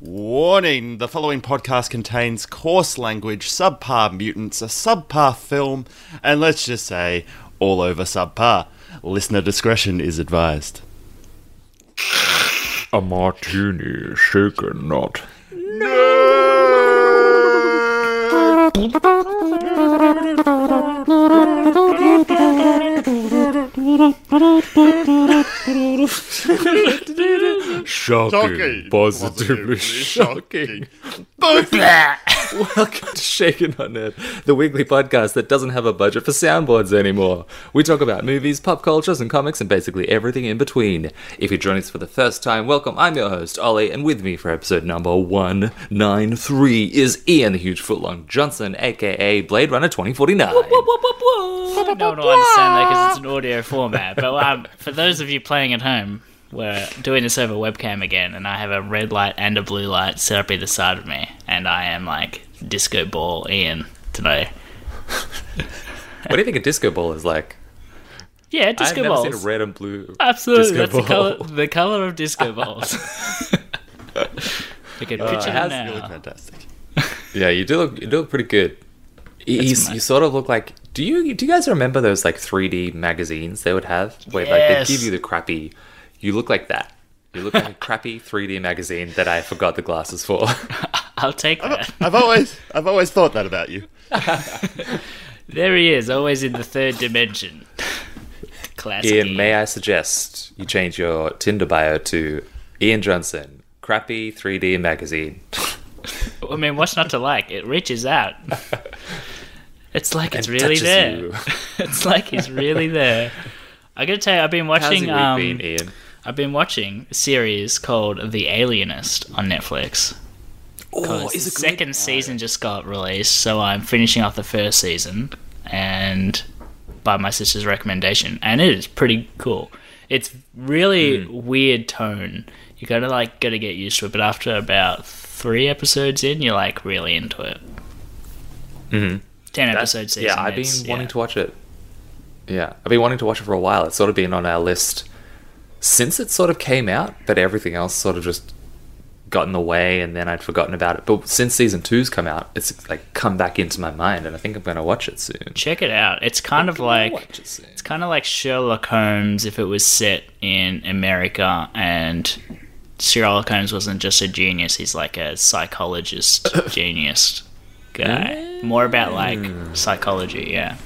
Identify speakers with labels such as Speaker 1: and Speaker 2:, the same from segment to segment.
Speaker 1: Warning the following podcast contains coarse language, subpar mutants, a subpar film, and let's just say, all over subpar. Listener discretion is advised.
Speaker 2: A martini shaken, not. Shocking. Positively shocking. Welcome to Shaken on Nerd, the weekly podcast that doesn't have a budget for soundboards anymore. We talk about movies, pop cultures, and comics, and basically everything in between. If you join us for the first time, welcome. I'm your host, Ollie, and with me for episode number 193 is Ian the Huge Footlong Johnson, aka Blade Runner 2049.
Speaker 3: I don't understand that because it's an audio format. But um, for those of you playing at home, we're doing this over webcam again, and I have a red light and a blue light set up either side of me, and I am like disco ball Ian today.
Speaker 2: What do you think a disco ball is like?
Speaker 3: Yeah, disco
Speaker 2: I've never
Speaker 3: balls.
Speaker 2: seen a red and blue.
Speaker 3: Absolutely,
Speaker 2: disco
Speaker 3: that's the
Speaker 2: ball.
Speaker 3: color, the color of disco balls. I can picture
Speaker 2: has-
Speaker 3: them
Speaker 1: You look
Speaker 3: now.
Speaker 1: fantastic.
Speaker 2: Yeah, you do look you do look pretty good. You, you,
Speaker 3: nice.
Speaker 2: you sort of look like do you do you guys remember those like 3D magazines they would have? Where like
Speaker 3: Yes.
Speaker 2: they give you the crappy you look like that. You look like a crappy 3D magazine that I forgot the glasses for.
Speaker 3: I'll take that.
Speaker 1: I've always, I've always thought that about you.
Speaker 3: There he is, always in the third dimension. Classic.
Speaker 2: Ian, may I suggest you change your Tinder bio to Ian Johnson, crappy 3D magazine.
Speaker 3: I mean, what's not to like? It reaches out. It's like it's
Speaker 2: And
Speaker 3: really
Speaker 2: touches
Speaker 3: there.
Speaker 2: you.
Speaker 3: it's like he's really there. I gotta tell you, I've been
Speaker 2: How's your
Speaker 3: watching.
Speaker 2: week
Speaker 3: Um,
Speaker 2: been, Ian?
Speaker 3: I've been watching a series called The Alienist on Netflix.
Speaker 2: Oh,
Speaker 3: 'Cause the second season just got released, so I'm finishing off the first season, and by my sister's recommendation, and it is pretty cool. It's really
Speaker 2: Hmm.
Speaker 3: weird tone. You gotta like gotta get used to it, but after about three episodes in, you're like really into it. Mm-hmm.
Speaker 2: Mm-hmm.
Speaker 3: Ten episode season.
Speaker 2: Yeah, I've been
Speaker 3: it's-
Speaker 2: wanting
Speaker 3: yeah.
Speaker 2: to watch it. Yeah, I've been wanting to watch it for a while. It's sort of been on our list since it sort of came out, but everything else sort of just got in the way, and then I'd forgotten about it. But since season two's come out, it's like come back into my mind, and I think I'm going to watch it soon.
Speaker 3: Check it out. It's kind of
Speaker 2: Can we
Speaker 3: like
Speaker 2: watch it soon?
Speaker 3: It's kind of like Sherlock Holmes if it was set in America and Sherlock Holmes wasn't just a genius, he's like a psychologist genius guy. More about like psychology, yeah.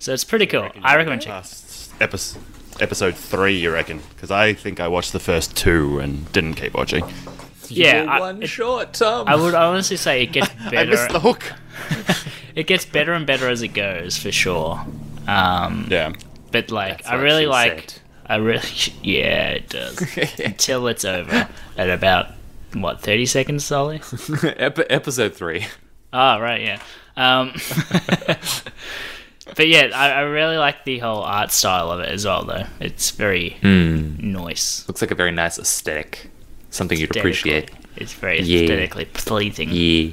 Speaker 3: So it's pretty cool. I recommend checking
Speaker 1: Last episode, episode three, you reckon? Because I think I watched the first two and didn't keep watching.
Speaker 3: Yeah,
Speaker 2: You're
Speaker 3: I-
Speaker 2: one
Speaker 3: it-
Speaker 2: short Tom.
Speaker 3: I would honestly say it gets
Speaker 1: I
Speaker 3: better.
Speaker 1: missed the hook.
Speaker 3: it gets better and better as it goes, for sure. Um,
Speaker 1: Yeah.
Speaker 3: but like,
Speaker 2: That's
Speaker 3: I
Speaker 2: what
Speaker 3: really
Speaker 2: she
Speaker 3: like.
Speaker 2: said.
Speaker 3: I really, yeah, it does. Until it's over at about what thirty seconds, Solly.
Speaker 2: Ep- episode three.
Speaker 3: Ah, right, yeah. Um, but yeah, I, I really like the whole art style of it as well, though. It's very Hmm. nice.
Speaker 2: Looks like a very nice aesthetic, something you'd
Speaker 3: aesthetically.
Speaker 2: appreciate.
Speaker 3: It's very
Speaker 2: Yeah.
Speaker 3: aesthetically pleasing.
Speaker 2: Yeah.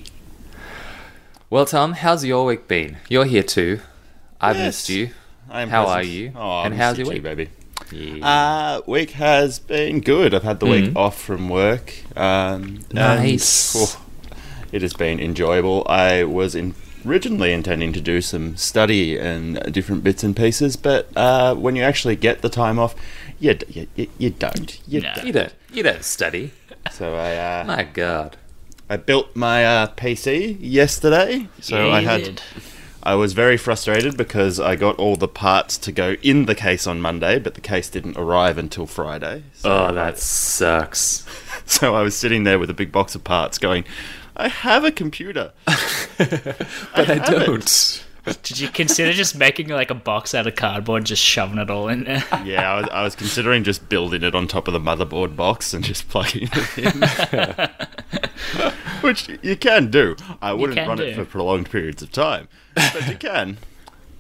Speaker 2: Well, Tom, how's your week been? You're here too. I've
Speaker 1: Yes.
Speaker 2: missed you.
Speaker 1: I am
Speaker 2: How
Speaker 1: present.
Speaker 2: are you?
Speaker 1: Oh, I
Speaker 2: And
Speaker 1: miss
Speaker 2: how's
Speaker 1: you
Speaker 2: your
Speaker 1: too,
Speaker 2: week?
Speaker 1: baby?
Speaker 2: Yeah.
Speaker 1: Uh, week has been good. I've had the week
Speaker 3: Mm.
Speaker 2: Mhm.
Speaker 1: off from work. Um, and,
Speaker 2: Nice.
Speaker 1: oh, it has been enjoyable. I was in, originally intending to do some study and different bits and pieces, but uh, when you actually get the time off, you, d- you, you, you don't. You
Speaker 3: No.
Speaker 2: You
Speaker 1: don't.
Speaker 2: don't. You don't study.
Speaker 1: So I uh,
Speaker 2: My God.
Speaker 1: I built my uh, PC yesterday. So
Speaker 3: Yeah,
Speaker 1: I
Speaker 3: you
Speaker 1: had
Speaker 3: did.
Speaker 1: I was very frustrated because I got all the parts to go in the case on Monday, but the case didn't arrive until Friday. So
Speaker 2: Oh,
Speaker 1: I-
Speaker 2: that sucks.
Speaker 1: So I was sitting there with a big box of parts going, I have a computer.
Speaker 2: But I,
Speaker 1: have it.
Speaker 2: don't.
Speaker 3: Did you consider just making like a box out of cardboard, just shoving it all in there?
Speaker 1: Yeah, I was, I was considering just building it on top of the motherboard box and just plugging it in. Which you can do. I wouldn't
Speaker 3: can
Speaker 1: run it
Speaker 3: do.
Speaker 1: for prolonged periods of time, but you can.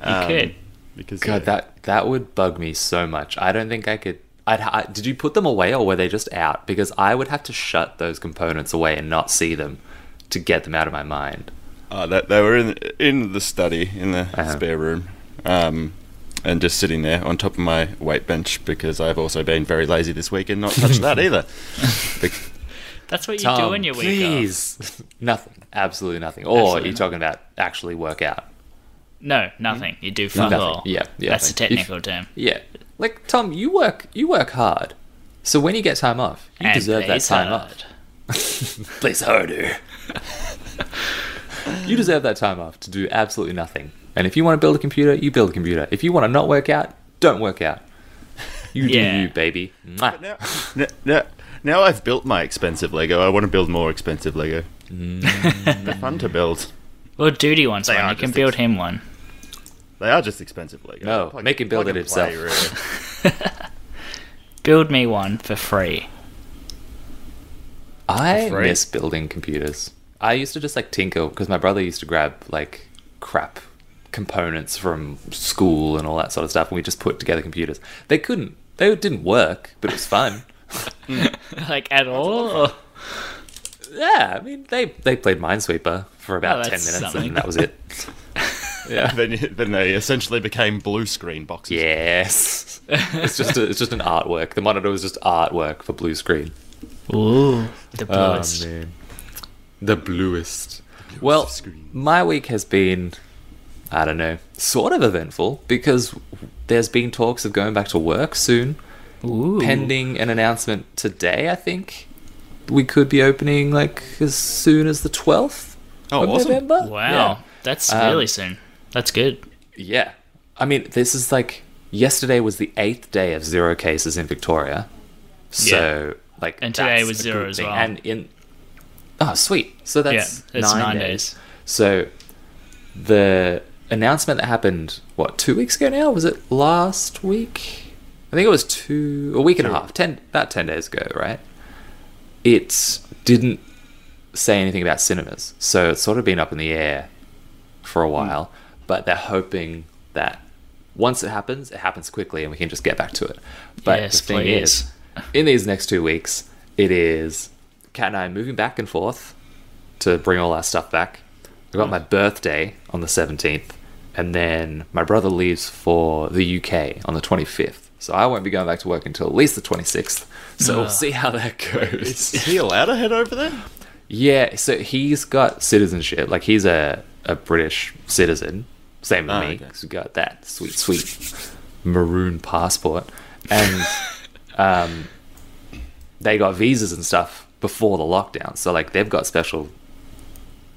Speaker 3: You
Speaker 1: um,
Speaker 3: could.
Speaker 1: Because
Speaker 2: God,
Speaker 1: yeah.
Speaker 2: that that would bug me so much. I don't think I could. I'd. ha- Did you put them away or were they just out? Because I would have to shut those components away and not see them to get them out of my mind.
Speaker 1: Uh, that they were in in the study in the
Speaker 2: Uh-huh.
Speaker 1: spare room, um, and just sitting there on top of my weight bench because I've also been very lazy this week and not touched that either. Be-
Speaker 3: That's what you
Speaker 2: Tom,
Speaker 3: do in your week. off.
Speaker 2: please. nothing. Absolutely nothing. Or
Speaker 3: Absolutely
Speaker 2: you're talking about actually work out.
Speaker 3: No, nothing. You do fuck
Speaker 2: Nothing.
Speaker 3: all.
Speaker 2: Yeah, yeah,
Speaker 3: That's a
Speaker 2: nothing.
Speaker 3: technical term.
Speaker 2: Yeah. Like Tom, you work you work hard. So when you get time off, you
Speaker 3: And
Speaker 2: deserve that
Speaker 3: it's
Speaker 2: time
Speaker 3: hard.
Speaker 2: off. Please harder. you deserve that time off to do absolutely nothing. And if you want to build a computer, you build a computer. If you want to not work out, don't work out. You
Speaker 3: Yeah.
Speaker 2: do you, baby. Mwah.
Speaker 1: Now, now, now, now I've built my expensive Lego. I want to build more expensive Lego.
Speaker 2: Mm.
Speaker 1: They're fun to build.
Speaker 3: Well, Duty wants
Speaker 1: They
Speaker 3: one.
Speaker 1: are
Speaker 3: You can
Speaker 1: just
Speaker 3: build him one.
Speaker 1: They are just expensive Lego.
Speaker 2: No, make him build
Speaker 1: plug
Speaker 2: it
Speaker 1: and play,
Speaker 2: himself.
Speaker 1: really.
Speaker 3: Build me one for free.
Speaker 2: I
Speaker 1: Afraid.
Speaker 2: miss building computers. I used to just like tinker because my brother used to grab like crap components from school and all that sort of stuff, and we just put together computers. They couldn't, they didn't work, but it was fun.
Speaker 3: like at all? Or-
Speaker 2: yeah, I mean, they they played Minesweeper for about
Speaker 3: Oh,
Speaker 2: ten
Speaker 3: that's
Speaker 2: minutes,
Speaker 3: something.
Speaker 2: and that was it. yeah.
Speaker 1: then, you- then they essentially became blue screen boxes.
Speaker 2: Yes, it's just a, it's just an artwork. The monitor was just artwork for blue screen.
Speaker 3: Ooh, the bluest.
Speaker 2: man. The bluest. Well,
Speaker 1: screen.
Speaker 2: my week has been, I don't know, sort of eventful because there's been talks of going back to work soon,
Speaker 3: Ooh.
Speaker 2: pending an announcement today, I think. We could be opening like as soon as the 12th
Speaker 1: Oh,
Speaker 2: of
Speaker 1: awesome.
Speaker 2: November.
Speaker 3: Wow,
Speaker 2: Yeah.
Speaker 3: that's
Speaker 2: Um,
Speaker 3: really soon. That's good.
Speaker 2: Yeah. I mean, this is like yesterday was the eighth day of zero cases in Victoria. So like
Speaker 3: And today
Speaker 2: that's
Speaker 3: was
Speaker 2: a
Speaker 3: zero
Speaker 2: good
Speaker 3: as
Speaker 2: thing.
Speaker 3: well.
Speaker 2: And in Oh, sweet. So that's
Speaker 3: yeah, it's
Speaker 2: nine, days. So the announcement that happened what, two weeks ago now? Was it last week? I think it was two a week and a half. Ten about ten days ago, right? It didn't say anything about cinemas. So it's sort of been up in the air for
Speaker 3: Hmm.
Speaker 2: a while, but they're hoping that once it happens, it happens quickly and we can just get back to it. But
Speaker 3: Yes,
Speaker 2: the thing
Speaker 3: please.
Speaker 2: is, in these next two weeks, it is Kat and I moving back and forth to bring all our stuff back. I
Speaker 3: Hmm.
Speaker 2: got my birthday on the 17th, and then my brother leaves for the UK on the 25th. So I won't be going back to work until at least the 26th. So we'll
Speaker 3: Ugh.
Speaker 2: see how that goes.
Speaker 1: Is he allowed to head over there?
Speaker 2: Yeah, so he's got citizenship. Like he's a, a British citizen, same with
Speaker 1: Oh,
Speaker 2: me.
Speaker 1: okay.
Speaker 2: 'cause we got that sweet, sweet maroon passport, and um, they got visas and stuff before the lockdown. So like they've got special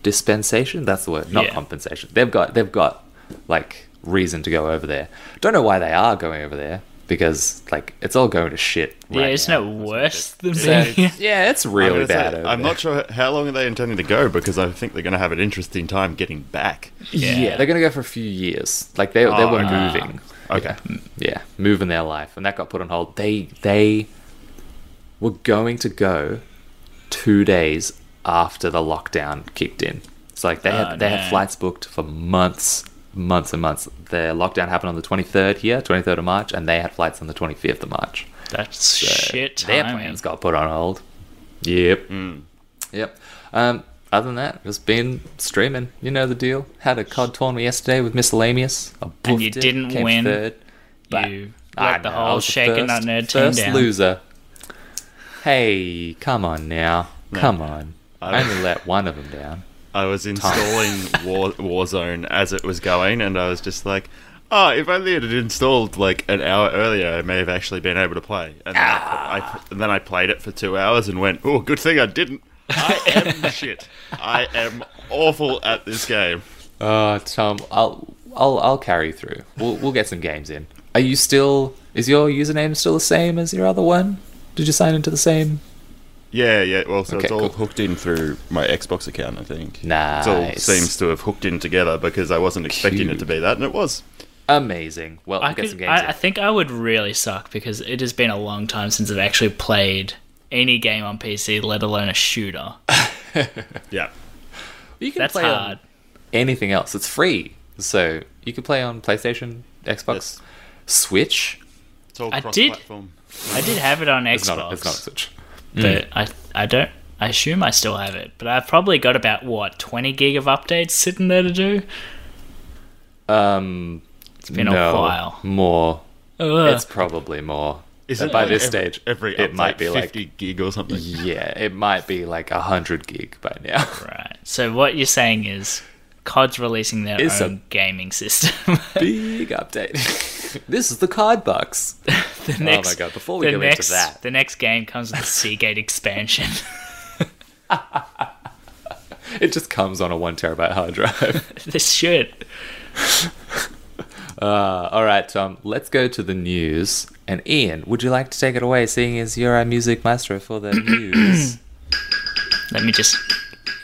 Speaker 2: dispensation. That's the word, not
Speaker 3: Yeah.
Speaker 2: compensation. They've got they've got like reason to go over there. Don't know why they are going over there because like it's all going to shit.
Speaker 3: yeah,
Speaker 2: right
Speaker 3: isn't
Speaker 2: now.
Speaker 3: it worse than
Speaker 2: So,
Speaker 3: being here?
Speaker 2: yeah, it's
Speaker 1: I'm gonna
Speaker 2: really
Speaker 1: say,
Speaker 2: bad. over
Speaker 1: I'm
Speaker 2: there.
Speaker 1: not sure how long are they intending to go because I think they're going to have an interesting time getting back.
Speaker 2: Yeah.
Speaker 3: Yeah.
Speaker 2: they're gonna go for a few years. Like they they
Speaker 1: Oh,
Speaker 2: were
Speaker 1: okay.
Speaker 2: moving.
Speaker 1: Okay.
Speaker 2: Yeah, moving their life, and that got put on hold. They they were going to go two days after the lockdown kicked in. So like they had
Speaker 3: Oh,
Speaker 2: they
Speaker 3: no.
Speaker 2: had flights booked for months, months and months. Their lockdown happened on the twenty third here, twenty third of March, and they had flights on the twenty fifth of March.
Speaker 3: That's
Speaker 2: So
Speaker 3: shit
Speaker 2: Their
Speaker 3: timing.
Speaker 2: plans got put on hold. Yep. Yep. Um, other than that, just been streaming. You know the deal. Had a COD tournament yesterday with miscellaneous. I
Speaker 3: And you
Speaker 2: boofed it,
Speaker 3: didn't
Speaker 2: came
Speaker 3: win.
Speaker 2: Third, but
Speaker 3: You
Speaker 2: I
Speaker 3: let the
Speaker 2: know, I
Speaker 3: whole
Speaker 2: was the first-
Speaker 3: shaken not nerd team
Speaker 2: first
Speaker 3: down.
Speaker 2: loser. Hey, come on now.
Speaker 1: No.
Speaker 2: Come on.
Speaker 1: I-
Speaker 2: I only let one of them down.
Speaker 1: I was installing War, Warzone as it was going, and I was just like, oh, if only it had installed like an hour earlier, I may have actually been able to play. And then, I,
Speaker 2: Ah.
Speaker 1: I, and then I played it for two hours and went, oh, good thing I didn't. I am shit. I am awful at this game.
Speaker 2: Oh, Tom, I'll I'll I'll carry you through. We'll we'll get some games in. Are you still? Is your username still the same as your other one? Did you sign into the same?
Speaker 1: Yeah, yeah. Well, so
Speaker 2: Okay,
Speaker 1: it's all
Speaker 2: cool.
Speaker 1: hooked in through my Xbox account, I think.
Speaker 2: Nice.
Speaker 1: It all seems to have hooked in together because I wasn't expecting it to
Speaker 2: Cute.
Speaker 1: be that, and it was.
Speaker 2: Amazing. Well,
Speaker 3: I,
Speaker 2: we'll get some
Speaker 3: could,
Speaker 2: games
Speaker 3: I, I
Speaker 2: in.
Speaker 3: think I would really suck because it has been a long time since I've actually played any game on PC, let alone a shooter.
Speaker 1: Yeah.
Speaker 2: You can
Speaker 3: That's
Speaker 2: play on
Speaker 3: hard.
Speaker 2: anything else. It's free, so you can play on PlayStation,
Speaker 1: Yes.
Speaker 2: Xbox, Switch.
Speaker 1: It's all
Speaker 3: I did-
Speaker 1: cross-platform.
Speaker 3: I did have it on Xbox,
Speaker 2: It's not. It's not a Switch. Mm.
Speaker 3: but I I don't. I assume I still have it, but I've probably got about what twenty gig of updates sitting there to do.
Speaker 2: Um, it's Um,
Speaker 3: been a while.
Speaker 2: More.
Speaker 3: Ugh.
Speaker 2: It's probably more.
Speaker 1: Is
Speaker 2: Uh,
Speaker 1: it
Speaker 2: by
Speaker 1: like
Speaker 2: this
Speaker 1: every-
Speaker 2: stage,
Speaker 1: every
Speaker 2: it
Speaker 1: up's
Speaker 2: might
Speaker 1: like
Speaker 2: be like-
Speaker 1: 50 gig or something?
Speaker 2: Yeah, it might be like hundred gig by now.
Speaker 3: Right. So what you're saying is COD's releasing their
Speaker 2: It's a-
Speaker 3: own gaming system.
Speaker 2: Big update. this is the card box.
Speaker 3: the next,
Speaker 2: Oh my God, before we
Speaker 3: the
Speaker 2: go into
Speaker 3: next,
Speaker 2: that.
Speaker 3: The next game comes with the Seagate expansion.
Speaker 2: It just comes on a one terabyte hard drive.
Speaker 3: this shit.
Speaker 2: Uh, all right, Tom. Let's go to the news. And Ian, would you like to take it away, seeing as you're our music maestro for the news?
Speaker 3: Let me just.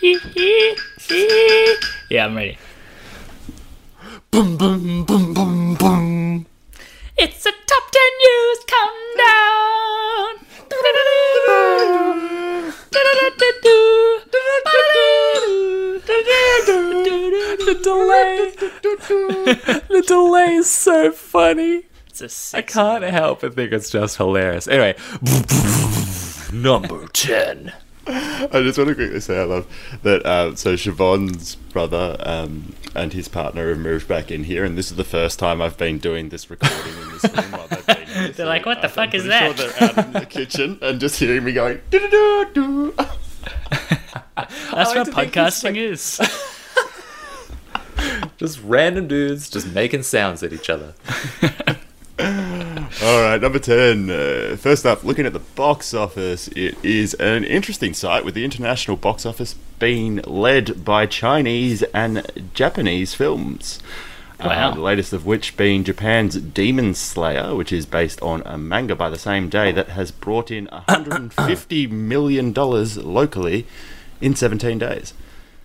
Speaker 3: yeah, I'm ready.
Speaker 2: boom, boom, boom, boom, boom.
Speaker 3: It's a top 10 news countdown.
Speaker 2: The delay. the delay is so funny.
Speaker 3: It's a
Speaker 2: I
Speaker 3: six.
Speaker 2: can't help but think it's just hilarious. Anyway, number 10.
Speaker 1: I just want to quickly say I love that. Uh, so Siobhan's brother um, and his partner have moved back in here, and this is the first time I've been doing this recording in this room while they've been here.
Speaker 3: They're like, what the fuck is
Speaker 1: Pretty
Speaker 3: that?
Speaker 1: Sure they're out in the kitchen and just hearing me going. "Doo-doo-doo-doo."
Speaker 3: That's
Speaker 2: I like
Speaker 3: what
Speaker 2: to think it's
Speaker 3: podcasting is.
Speaker 2: Just random dudes just making sounds at each other.
Speaker 1: All right, number 10. Uh, first up, looking at the box office, it is an interesting site with the international box office being led by Chinese and Japanese films. Uh,
Speaker 3: Wow.
Speaker 1: the latest of which being Japan's Demon Slayer, which is based on a manga by the same day that has brought in $150 million locally in 17 days.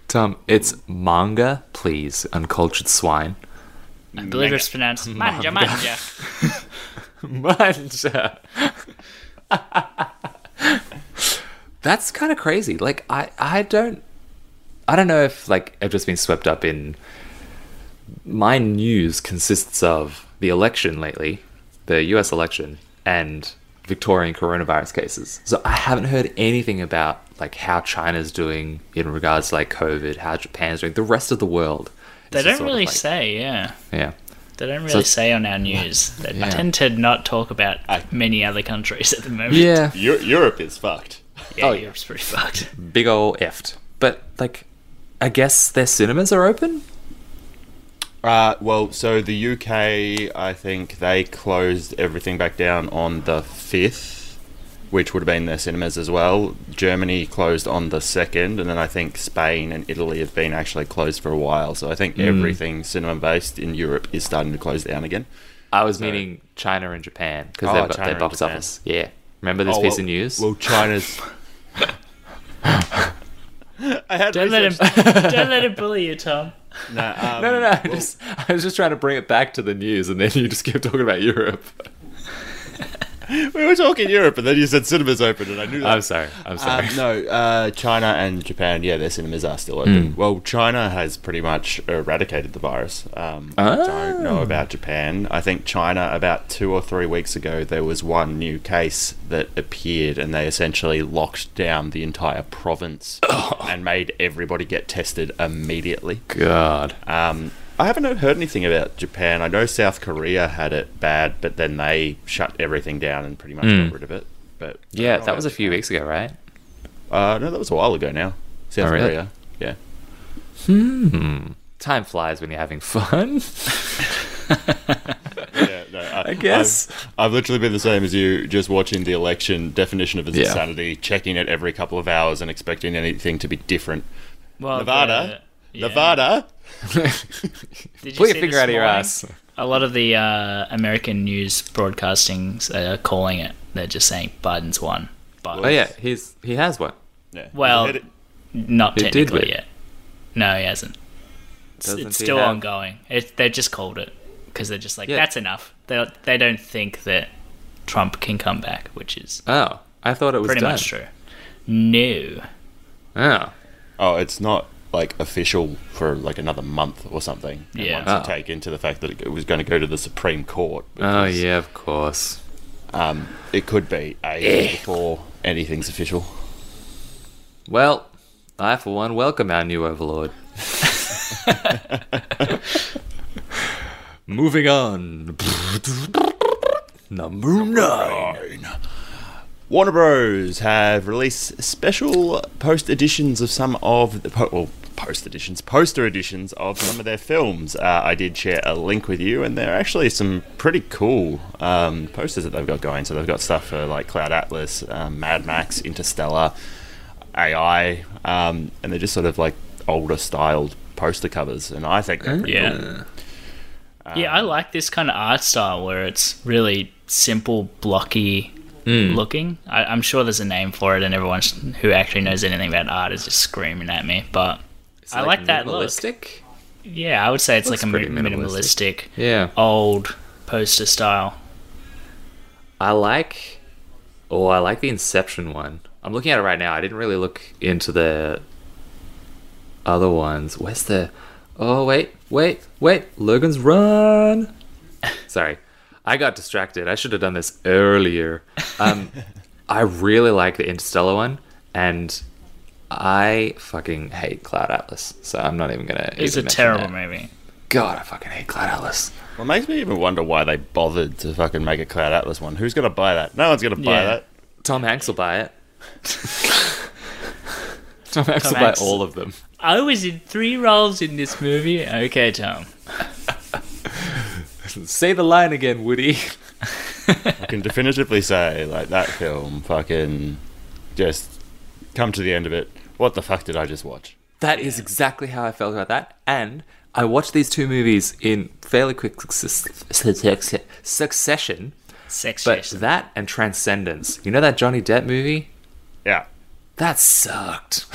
Speaker 2: Tom, it's manga, please, uncultured swine. Mm,
Speaker 3: I believe it's pronounced manja manja.
Speaker 2: Manja. uh, That's kind of crazy. Like I, I don't, I don't know if like I've just been swept up in. My news consists of the election lately, the U.S. election, and Victorian coronavirus cases. So I haven't heard anything about like how China's doing in regards to, like COVID, how Japan's doing, the rest of the world.
Speaker 3: They
Speaker 2: It's just
Speaker 3: don't
Speaker 2: sort of
Speaker 3: really
Speaker 2: like-
Speaker 3: say, yeah.
Speaker 2: Yeah.
Speaker 3: They don't
Speaker 2: So-
Speaker 3: really say on our news. They
Speaker 2: Yeah.
Speaker 3: tend to not talk about many other countries at the moment.
Speaker 2: Yeah.
Speaker 1: Eu- Europe is fucked.
Speaker 3: Yeah,
Speaker 2: Oh, yeah.
Speaker 3: Europe's pretty fucked.
Speaker 2: big ol' effed. But like, I guess their cinemas are open.
Speaker 1: Uh, well, so the UK, I think they closed everything back down on the 5th, which would have been their cinemas as well. Germany closed on the 2nd, and then I think Spain and Italy have been actually closed for a while. So I think
Speaker 2: Mm.
Speaker 1: everything cinema based in Europe is starting to close down again.
Speaker 2: I was meaning China and Japan because
Speaker 1: Oh,
Speaker 2: they're,
Speaker 1: China
Speaker 2: they're
Speaker 1: and
Speaker 2: box
Speaker 1: Japan. Oh,
Speaker 2: office. Yeah, remember this piece of news?
Speaker 1: Well, China's. I had
Speaker 3: Don't let him. don't let him bully you, Tom.
Speaker 2: no, no, no.
Speaker 1: um,
Speaker 2: I, just, I was just trying to bring it back to the news, and then you just kept talking about Europe.
Speaker 1: We were talking Europe, and then you said cinemas open, and I knew that.
Speaker 2: I'm sorry. I'm sorry.
Speaker 1: Uh, no, uh, China and Japan, yeah, their cinemas are still
Speaker 2: Hmm.
Speaker 1: open. Well, China has pretty much eradicated the virus. Um, I don't know
Speaker 2: Oh.
Speaker 1: about Japan. I think China, about two or three weeks ago, there was one new case that appeared, and they essentially locked down the entire province
Speaker 2: Oh.
Speaker 1: and made everybody get tested immediately.
Speaker 2: God.
Speaker 1: Um, I haven't heard anything about Japan. I know South Korea had it bad, but then they shut everything down and pretty much got rid of it. But I
Speaker 2: Hmm. Yeah,
Speaker 1: don't know
Speaker 2: that was a
Speaker 1: about
Speaker 2: few weeks ago, right?
Speaker 1: uh, no, that was a while ago now. South
Speaker 2: Oh, really?
Speaker 1: Korea. Yeah.
Speaker 2: Time flies when you're having fun.
Speaker 1: Yeah, no, I,
Speaker 2: guess.
Speaker 1: I've, I've literally been the same as you, just watching the election definition of
Speaker 2: Yeah.
Speaker 1: insanity, checking it every couple of hours and expecting anything to be different.
Speaker 2: Oh,
Speaker 3: Well,
Speaker 2: uh,
Speaker 1: Nevada?
Speaker 3: the- yeah.
Speaker 1: Nevada?
Speaker 3: Did you
Speaker 2: Pull your
Speaker 3: see
Speaker 2: finger
Speaker 3: this
Speaker 2: out of your
Speaker 3: morning?
Speaker 2: ass.
Speaker 3: A lot of the uh, American news broadcastings are calling it. They're just saying Biden's won. But
Speaker 2: Oh yeah, he's he has one.
Speaker 1: Yeah.
Speaker 3: Well,
Speaker 1: Is it-
Speaker 3: not
Speaker 2: He did
Speaker 3: technically
Speaker 2: win.
Speaker 3: yet. No, he hasn't. It's,
Speaker 2: Doesn't
Speaker 3: it's
Speaker 2: he
Speaker 3: still
Speaker 2: have-
Speaker 3: ongoing. It, they just called it because they're just like
Speaker 2: Yeah.
Speaker 3: that's enough. They they don't think that Trump can come back, which is
Speaker 2: Oh, I thought it was
Speaker 3: pretty
Speaker 2: done.
Speaker 3: much true. No,
Speaker 2: Oh,
Speaker 1: oh, it's not like official for like another month or something. And
Speaker 3: Yeah.
Speaker 1: Once you
Speaker 2: Oh.
Speaker 1: take into the fact that it was going to go to the Supreme Court.
Speaker 2: oh
Speaker 1: because,
Speaker 2: yeah, of course.
Speaker 1: Um, it could be
Speaker 2: Eh.
Speaker 1: a before anything's official.
Speaker 2: Well, I for one welcome our new overlord. Moving on. Number nine.
Speaker 1: Warner Bros. have released special post editions of some of the po- well, post editions, poster editions of some of their films. Uh, I did share a link with you, and there are actually some pretty cool um, posters that they've got going. So they've got stuff for like Cloud Atlas, um, Mad Max, Interstellar, AI, um, and they're just sort of like older styled poster covers, and I think they're pretty
Speaker 3: Yeah.
Speaker 1: cool.
Speaker 2: Uh,
Speaker 3: yeah, I like this kind of art style where it's really simple, blocky
Speaker 2: Hmm.
Speaker 3: looking. I, I'm sure there's a name for it, and everyone sh- who actually knows anything about art is just screaming at me. But
Speaker 2: It's
Speaker 3: I like that look.
Speaker 2: minimalistic?
Speaker 3: yeah, I would say it's
Speaker 2: Looks
Speaker 3: like a mi-
Speaker 2: pretty minimalistic.
Speaker 3: minimalistic,
Speaker 2: Yeah.
Speaker 3: old poster style.
Speaker 2: I like. Oh, I like the Inception one. I'm looking at it right now. I didn't really look into the other ones. Where's the. Oh, wait, wait, wait. Logan's Run! Sorry. I got distracted. I should have done this earlier. Um, I really like the Interstellar one, and I fucking hate Cloud Atlas, so I'm not even gonna.
Speaker 3: It's a
Speaker 2: even mention
Speaker 3: terrible
Speaker 2: that.
Speaker 3: movie.
Speaker 2: God, I fucking hate Cloud Atlas.
Speaker 1: Well, it makes me even wonder why they bothered to fucking make a Cloud Atlas one. Who's gonna buy that? No one's gonna buy
Speaker 3: Yeah.
Speaker 1: that.
Speaker 2: Tom Hanks will buy it. Tom Hanks will
Speaker 3: Hanks-
Speaker 2: buy all of them.
Speaker 3: I was in three roles in this movie. Okay, Tom.
Speaker 2: Say the line again, Woody.
Speaker 1: I can definitively say, like, that film fucking just come to the end of it. What the fuck did I just watch?
Speaker 2: That is exactly how I felt about that. And I watched these two movies in fairly quick success- succession,
Speaker 3: Sex
Speaker 2: but
Speaker 3: Jason.
Speaker 2: that and Transcendence. You know that Johnny Depp movie?
Speaker 1: Yeah.
Speaker 2: That sucked.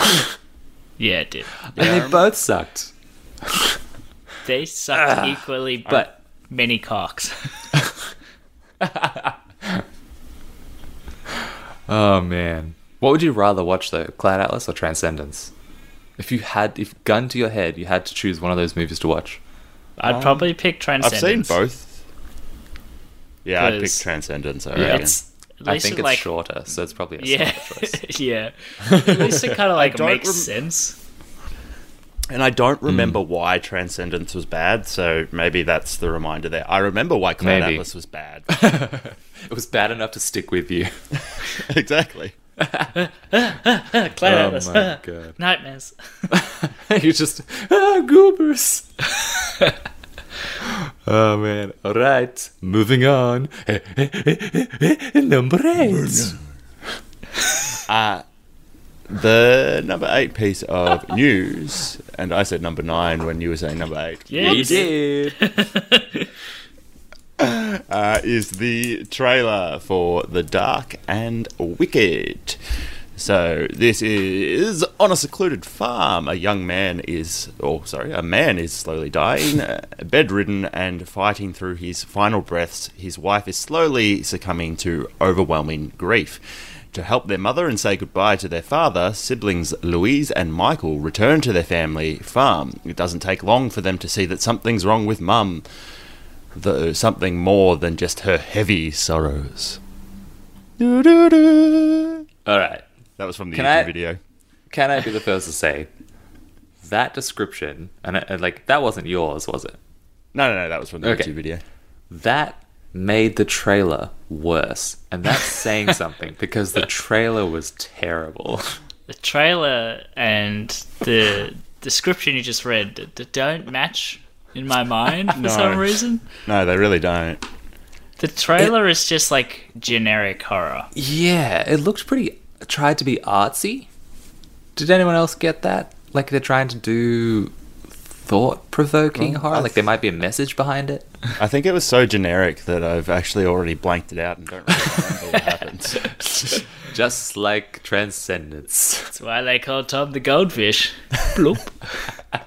Speaker 3: yeah, it did.
Speaker 2: and they both sucked.
Speaker 3: They sucked equally, but
Speaker 2: But
Speaker 3: many cocks.
Speaker 2: oh man, what would you rather watch though, Cloud Atlas or Transcendence? If you had, if gun to your head, you had to choose one of those movies to watch.
Speaker 3: I'd
Speaker 2: Um,
Speaker 3: probably pick
Speaker 1: I've seen
Speaker 3: Transcendence.
Speaker 1: both. Yeah, I'd pick
Speaker 3: Because-
Speaker 1: Transcendence, I
Speaker 2: Yeah.
Speaker 1: reckon.
Speaker 2: It's-
Speaker 3: At
Speaker 2: I
Speaker 3: least
Speaker 2: think
Speaker 3: it,
Speaker 2: it's
Speaker 3: like,
Speaker 2: shorter, so it's probably a
Speaker 3: Yeah,
Speaker 2: smarter choice.
Speaker 3: yeah. At least it kind of like
Speaker 1: don't
Speaker 3: makes
Speaker 1: rem-
Speaker 3: sense.
Speaker 1: And I don't remember why Transcendence was bad, so maybe that's the reminder there. I remember why Cloud
Speaker 2: Maybe.
Speaker 1: Atlas was bad.
Speaker 2: It was bad enough to stick with you.
Speaker 1: exactly.
Speaker 3: Uh, Cloud Atlas.
Speaker 2: Oh my god.
Speaker 3: Nightmares.
Speaker 2: you just ah, goobers. oh man. All right. Moving on. Number eight.
Speaker 1: Uh, the number eight piece of news, and I said number nine when you were saying number eight.
Speaker 3: Yeah, you did.
Speaker 2: did.
Speaker 1: uh, is the trailer for The Dark and Wicked. So this is on a secluded farm. A young man is, oh sorry, a man is slowly dying, uh, bedridden and fighting through his final breaths. His wife is slowly succumbing to overwhelming grief. To help their mother and say goodbye to their father, siblings Louise and Michael return to their family farm. It doesn't take long for them to see that something's wrong with Mum the, something more than just her heavy sorrows. Doo-doo-doo.
Speaker 2: All right.
Speaker 1: That was from the
Speaker 2: Can
Speaker 1: YouTube
Speaker 2: I-
Speaker 1: video.
Speaker 2: Can I be the first to say that description? And, uh, like that wasn't yours, was it?
Speaker 1: No, no, no, that was from the
Speaker 2: Okay.
Speaker 1: YouTube video.
Speaker 2: That made the trailer worse, and that's saying something because the trailer was terrible.
Speaker 3: The trailer and the description you just read d- d- don't match in my mind for
Speaker 1: No.
Speaker 3: some reason.
Speaker 1: No, they really don't.
Speaker 3: The trailer is just like generic horror.
Speaker 2: Yeah, it looked pretty. Tried to be artsy. Did anyone else get that? Like they're trying to do thought-provoking horror.
Speaker 1: I
Speaker 2: like there might be a message behind it.
Speaker 1: I think it was so generic that I've actually already blanked it out and don't really remember what happens.
Speaker 2: Just like Transcendence.
Speaker 3: That's why they call Tom the goldfish. Bloop.
Speaker 1: No,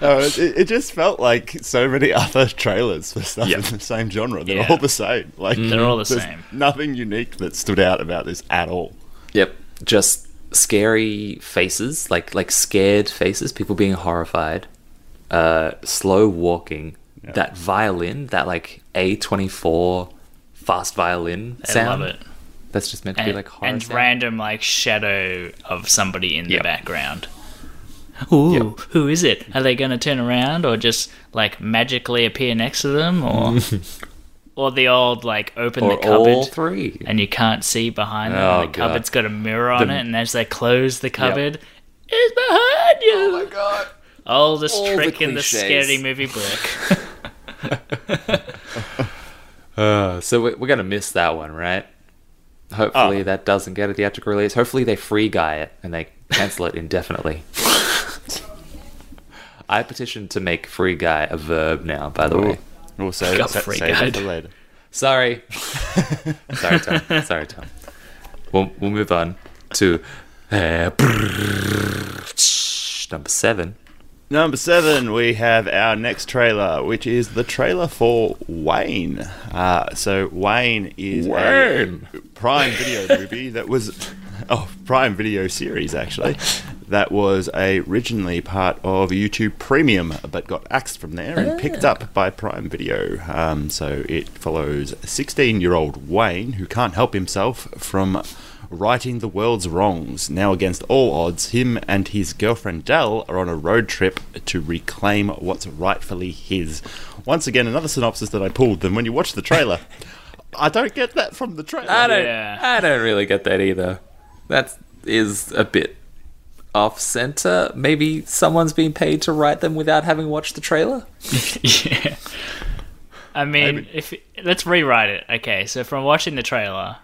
Speaker 1: Oh, it, it just felt like so many other trailers for stuff
Speaker 2: Yeah.
Speaker 1: in the same genre. They're
Speaker 3: Yeah. Mm.
Speaker 1: all the same. Like
Speaker 3: They're all the
Speaker 1: there's
Speaker 3: same.
Speaker 1: Nothing unique that stood out about this at all.
Speaker 2: Yep. Just scary faces, like like scared faces, people being horrified. Uh, slow walking. That violin, that like A twenty four fast violin
Speaker 3: I
Speaker 2: sound.
Speaker 3: love it.
Speaker 2: That's just meant to
Speaker 3: And,
Speaker 2: be like horror.
Speaker 3: and
Speaker 2: sound.
Speaker 3: random like shadow of somebody in
Speaker 2: Yep.
Speaker 3: the background. Ooh,
Speaker 2: Yep.
Speaker 3: who is it? Are they going to turn around or just like magically appear next to them or or the old like open
Speaker 2: Or
Speaker 3: the cupboard
Speaker 2: all three.
Speaker 3: and you can't see behind them.
Speaker 2: Oh,
Speaker 3: and the
Speaker 2: God.
Speaker 3: cupboard's got a mirror on
Speaker 2: The-
Speaker 3: it, and as they close the cupboard, it's behind you.
Speaker 2: Oh my god.
Speaker 3: Oldest
Speaker 2: All the
Speaker 3: trick in the
Speaker 2: cliches.
Speaker 3: scary movie book.
Speaker 2: Uh, so we- we're gonna miss that one, right? Hopefully that doesn't get a theatrical release. Hopefully they free guy it and they cancel it indefinitely. I petitioned to make free guy a verb now. By the way,
Speaker 1: We'll save,
Speaker 3: Got
Speaker 1: sa-
Speaker 3: free
Speaker 1: save
Speaker 3: guide.
Speaker 1: it for later.
Speaker 2: sorry, sorry Tom, sorry Tom. We'll we'll move on to uh, number seven.
Speaker 1: Number seven, we have our next trailer, which is the trailer for Wayne. Uh, so Wayne is
Speaker 2: Wayne.
Speaker 1: a Prime Video movie that was, oh, Prime Video series actually, that was a, originally part of YouTube Premium, but got axed from there and picked up by Prime Video. Um, so it follows 16-year-old Wayne who can't help himself from righting the world's wrongs. Now, against all odds, him and his girlfriend Dell are on a road trip to reclaim what's rightfully his. Once again, another synopsis that I pulled. Then, when you watch the trailer, I don't get that from the trailer.
Speaker 2: I don't.
Speaker 3: Yeah.
Speaker 2: I don't really get that either. That is a bit off center. Maybe someone's been paid to write them without having watched the trailer.
Speaker 3: yeah. I mean, if let's rewrite it. Okay, so from watching the trailer,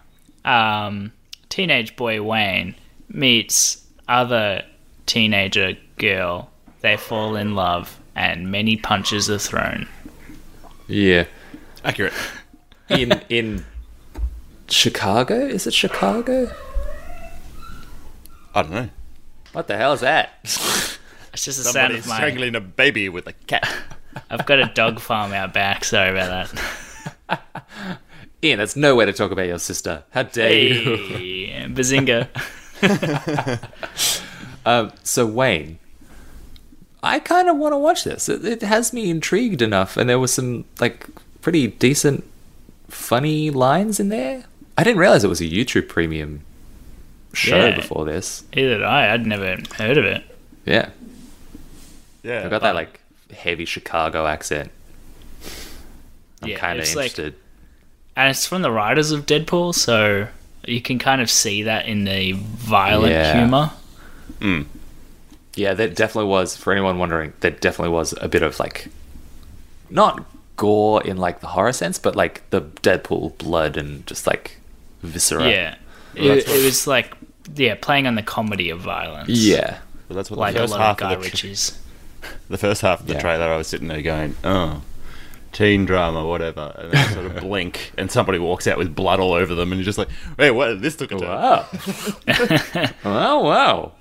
Speaker 3: um, teenage boy Wayne meets other teenager girl. They fall in love, and many punches are thrown.
Speaker 2: Yeah.
Speaker 1: Accurate.
Speaker 2: In in Chicago? Is it Chicago?
Speaker 1: I don't know.
Speaker 2: What the hell is that?
Speaker 3: It's just the sound
Speaker 1: Somebody's
Speaker 3: of my.
Speaker 1: strangling a baby with a cat.
Speaker 3: I've got a dog farm out back. Sorry about that.
Speaker 2: Ian, that's no way to talk about your sister. How dare you?
Speaker 3: Hey, Bazinga.
Speaker 2: Um, so Wayne, I kind of want to watch this. It, it has me intrigued enough, and there were some like pretty decent, funny lines in there. I didn't realize it was a YouTube Premium show
Speaker 3: Yeah.
Speaker 2: before this.
Speaker 3: Either did I. I'd never heard of it.
Speaker 2: Yeah,
Speaker 1: Yeah.
Speaker 2: I got that like heavy Chicago accent. I'm
Speaker 3: Yeah,
Speaker 2: kind of
Speaker 3: it's like-
Speaker 2: interested.
Speaker 3: and it's from the writers of Deadpool, so you can kind of see that in the violent
Speaker 2: Yeah.
Speaker 3: humor.
Speaker 1: Hmm.
Speaker 2: Yeah, there definitely was. For anyone wondering, there definitely was a bit of like, not gore in like the horror sense, but like the Deadpool blood and just like viscera.
Speaker 3: Yeah,
Speaker 2: Well,
Speaker 3: it,
Speaker 2: that's what-
Speaker 3: it was like yeah, playing on the comedy of violence.
Speaker 2: Yeah.
Speaker 1: But that's what
Speaker 3: like
Speaker 1: the
Speaker 3: a
Speaker 1: first
Speaker 3: lot of
Speaker 1: half
Speaker 3: Guy
Speaker 1: of the, tra-
Speaker 3: Ritchie's.
Speaker 1: the first half of the
Speaker 2: Yeah.
Speaker 1: trailer, I was sitting there going, oh. Teen drama, whatever, and then I sort of blink, and somebody walks out with blood all over them, and you're just like, "Wait, what? This took a turn."
Speaker 2: Wow. wow, wow.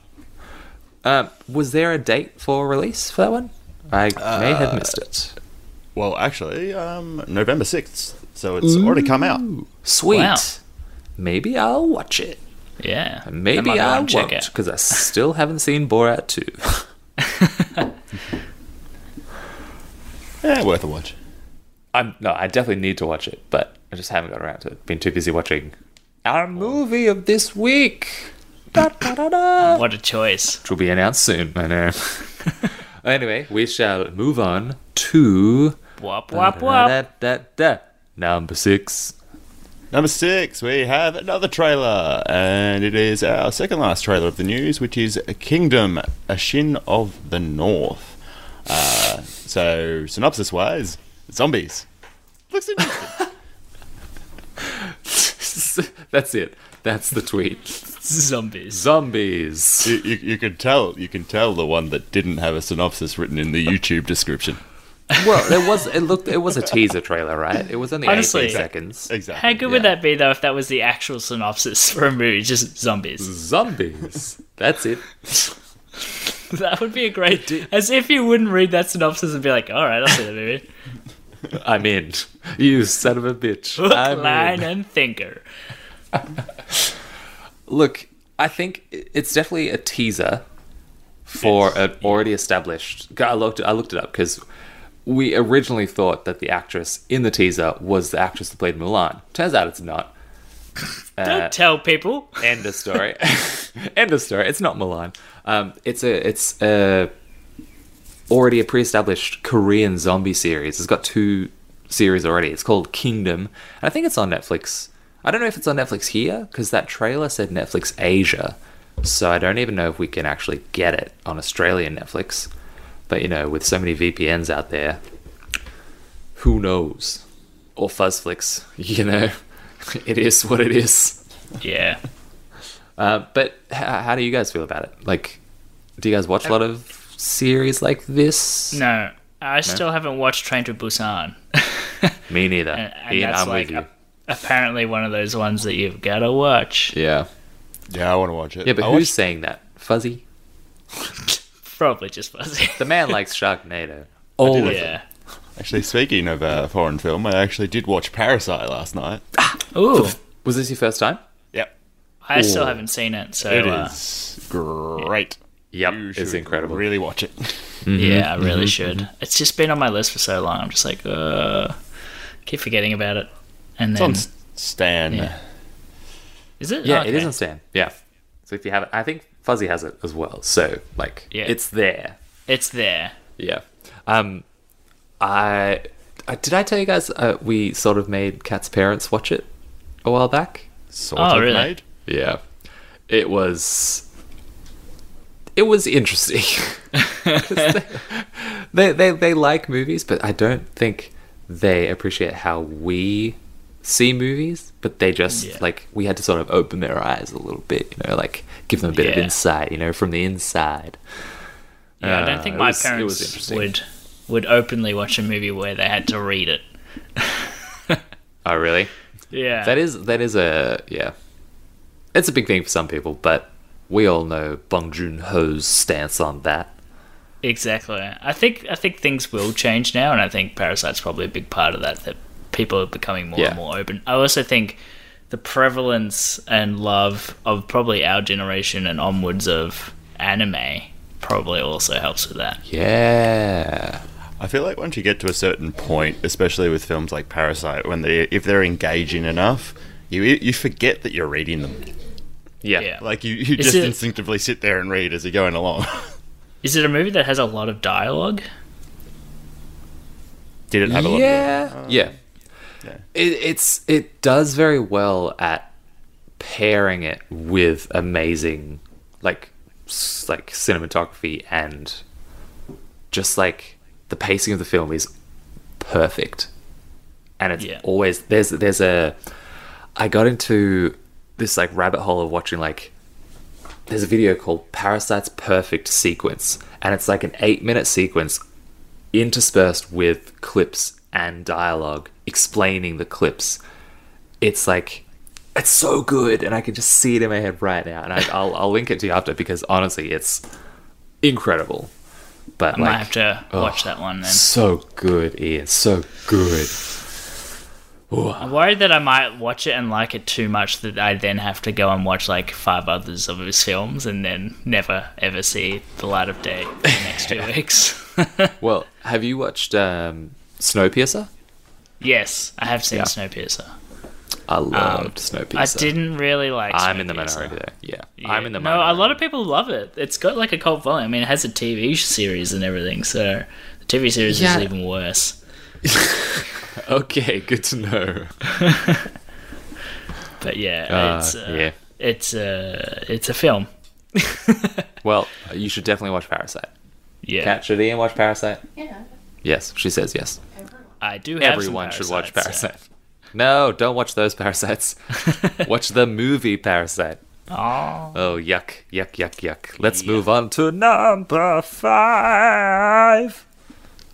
Speaker 2: Um, was there a date for release for that one? I may
Speaker 3: Uh,
Speaker 2: have missed it.
Speaker 1: Well, actually, um, November 6th, so it's already come out.
Speaker 2: Sweet.
Speaker 3: Wow.
Speaker 2: Maybe I'll watch it.
Speaker 3: Yeah,
Speaker 2: Maybe
Speaker 3: might go
Speaker 2: I
Speaker 3: and check
Speaker 2: won't because I still haven't seen Borat 2.
Speaker 1: Yeah, worth a watch.
Speaker 2: I'm no, I definitely need to watch it, but I just haven't gotten around to it. Been too busy watching our movie of this week. Da, da, da, da.
Speaker 3: it. What a choice!
Speaker 2: which will be announced soon. I know. anyway, we shall move on to
Speaker 3: Wop wop wop.
Speaker 2: Da-da-da-da-da. Number six.
Speaker 1: Number six, we have another trailer, and it is our second last trailer of the news, which is Kingdom, a Shin of the North. Uh, so, synopsis wise, zombies. Looks interesting.
Speaker 2: That's it. That's the tweet.
Speaker 3: Zombies.
Speaker 2: Zombies.
Speaker 1: you, you, you can tell you can tell the one that didn't have a synopsis written in the YouTube description.
Speaker 2: Well, there was it looked it was a teaser trailer, right? It was only
Speaker 3: Honestly.
Speaker 2: 18 seconds.
Speaker 1: Exactly.
Speaker 3: How good would
Speaker 2: Yeah.
Speaker 3: that be though if that was the actual synopsis for a movie? Just zombies.
Speaker 2: Zombies. That's it.
Speaker 3: That would be a great. As if you wouldn't read that synopsis and be like, "All right, I'll see the movie."
Speaker 2: I'm in. You son of a bitch.
Speaker 3: Hook,
Speaker 2: I'm in.
Speaker 3: line, and thinker.
Speaker 2: Look, I think i- it's definitely a teaser for an already established. I looked I looked it up because we originally thought that the actress in the teaser was the actress that played Mulan. Turns out it's not. Uh,
Speaker 3: Don't tell people.
Speaker 2: End of story. End of story. It's not Milan. Um, it's a it's a already a pre-established Korean zombie series. It's got two series already. It's called Kingdom. And I think it's on Netflix. I don't know if it's on Netflix here because that trailer said Netflix Asia. So I don't even know if we can actually get it on Australian Netflix. But you know, with so many VPNs out there, who knows? Or Fuzzflix, you know, it is what it is.
Speaker 3: Yeah.
Speaker 2: Uh, but h- how do you guys feel about it? Like, do you guys watch a lot of series like this?
Speaker 3: No, I still haven't watched Train to Busan.
Speaker 2: Me neither.
Speaker 3: And, and
Speaker 2: Ian,
Speaker 3: that's
Speaker 2: I'm
Speaker 3: like
Speaker 2: with you.
Speaker 3: a- apparently one of those ones that you've got to watch.
Speaker 2: Yeah.
Speaker 1: Yeah, I want to watch it.
Speaker 2: Yeah, but
Speaker 1: I
Speaker 2: who's
Speaker 1: watched-
Speaker 2: saying that? Fuzzy?
Speaker 3: Probably just fuzzy.
Speaker 2: The man likes Sharknado. Oh,
Speaker 3: yeah.
Speaker 1: actually speaking of a foreign film, I actually did watch Parasite last night.
Speaker 3: Ooh,
Speaker 2: Was this your first time?
Speaker 1: Yep,
Speaker 3: I still
Speaker 2: Ooh.
Speaker 3: haven't seen it, so
Speaker 1: it
Speaker 3: uh,
Speaker 1: is great.
Speaker 2: Yep.
Speaker 1: You
Speaker 2: It's
Speaker 1: should
Speaker 2: incredible.
Speaker 1: Really watch it.
Speaker 3: yeah, I
Speaker 2: Mm-hmm.
Speaker 3: really should. It's just been on my list for so long. I'm just like, uh, keep forgetting about it. And
Speaker 1: It's
Speaker 3: then
Speaker 1: on S- Stan.
Speaker 3: Yeah. is it?
Speaker 2: Yeah,
Speaker 3: Oh,
Speaker 2: it
Speaker 3: okay.
Speaker 2: is on Stan. Yeah. So if you have it, I think Fuzzy has it as well. So, like,
Speaker 3: Yeah.
Speaker 2: it's there.
Speaker 3: It's there.
Speaker 2: Yeah. Um, I, I did I tell you guys uh, we sort of made Cat's parents watch it a while back?
Speaker 1: Sort
Speaker 3: Oh,
Speaker 1: of
Speaker 3: really?
Speaker 1: made.
Speaker 2: Yeah. It was. It was interesting. 'Cause they, they, they they like movies, but I don't think they appreciate how we see movies. But they just
Speaker 3: Yeah.
Speaker 2: like we had to sort of open their eyes a little bit, you know, like give them a bit of
Speaker 3: Yeah.
Speaker 2: insight, you know, from the inside.
Speaker 3: Yeah, I
Speaker 2: Uh,
Speaker 3: don't think
Speaker 2: it
Speaker 3: my
Speaker 2: was- it was
Speaker 3: parents
Speaker 2: interesting.
Speaker 3: would would openly watch a movie where they had to read it.
Speaker 2: Oh, really?
Speaker 3: Yeah.
Speaker 2: That is that is a yeah. It's a big thing for some people, but we all know Bong Joon Ho's stance on that.
Speaker 3: Exactly. I think I think things will change now, and I think Parasite's probably a big part of that. That people are becoming more
Speaker 2: Yeah.
Speaker 3: and more open. I also think the prevalence and love of probably our generation and onwards of anime probably also helps with that.
Speaker 2: Yeah.
Speaker 1: I feel like once you get to a certain point, especially with films like Parasite, when they if they're engaging enough, you you forget that you're reading them.
Speaker 2: Yeah.
Speaker 3: Yeah.
Speaker 1: Like you, you
Speaker 3: Is
Speaker 1: just
Speaker 3: it-
Speaker 1: instinctively sit there and read as you're going along.
Speaker 3: Is it a movie that has a lot of dialogue?
Speaker 1: Did it have a lot?
Speaker 2: yeah.
Speaker 1: Of,
Speaker 2: yeah.
Speaker 1: yeah.
Speaker 2: It, it's it does very well at pairing it with amazing like s- like cinematography and just like the pacing of the film is perfect. And it's
Speaker 3: Yeah.
Speaker 2: always there's there's a I got into this like rabbit hole of watching like there's a video called Parasite's Perfect Sequence and it's like an 8 minute sequence interspersed with clips and dialogue explaining the clips. It's like it's so good, and I can just see it in my head right now. And I, I'll I'll link it to you after because honestly, it's incredible. But
Speaker 3: I might
Speaker 2: like,
Speaker 3: have to watch that one then.
Speaker 2: so good, Ian. So good.
Speaker 3: I'm worried that I might watch it and like it too much that I then have to go and watch like five others of his films and then never ever see the light of day for the next two weeks.
Speaker 2: Well, have you watched um, Snowpiercer?
Speaker 3: Yes, I have seen
Speaker 2: Yeah.
Speaker 3: Snowpiercer.
Speaker 2: I loved Snowpiercer.
Speaker 3: Um, I didn't really like.
Speaker 2: I'm in the
Speaker 3: Snowpiercer.
Speaker 2: minority there. Yeah,
Speaker 3: Yeah.
Speaker 2: I'm in the
Speaker 3: no.
Speaker 2: minority.
Speaker 3: A lot of people love it. It's got like a cult following. I mean, it has a TV series and everything, so the TV series
Speaker 2: Yeah.
Speaker 3: is even worse.
Speaker 2: Okay, good to know.
Speaker 3: But yeah,
Speaker 2: Uh,
Speaker 3: it's uh,
Speaker 2: yeah.
Speaker 3: it's uh, it's a film.
Speaker 2: Well, you should definitely watch Parasite.
Speaker 3: Yeah,
Speaker 2: Kat, should Ian watch Parasite? Yeah. Yes, she says yes.
Speaker 3: I do. Have
Speaker 2: Everyone
Speaker 3: some
Speaker 2: should watch
Speaker 3: Parasites, so-
Speaker 2: Parasite. No, don't watch those parasites. watch the movie Parasite.
Speaker 3: Oh,
Speaker 2: Oh, yuck, yuck, yuck, yuck. Let's move on to number five.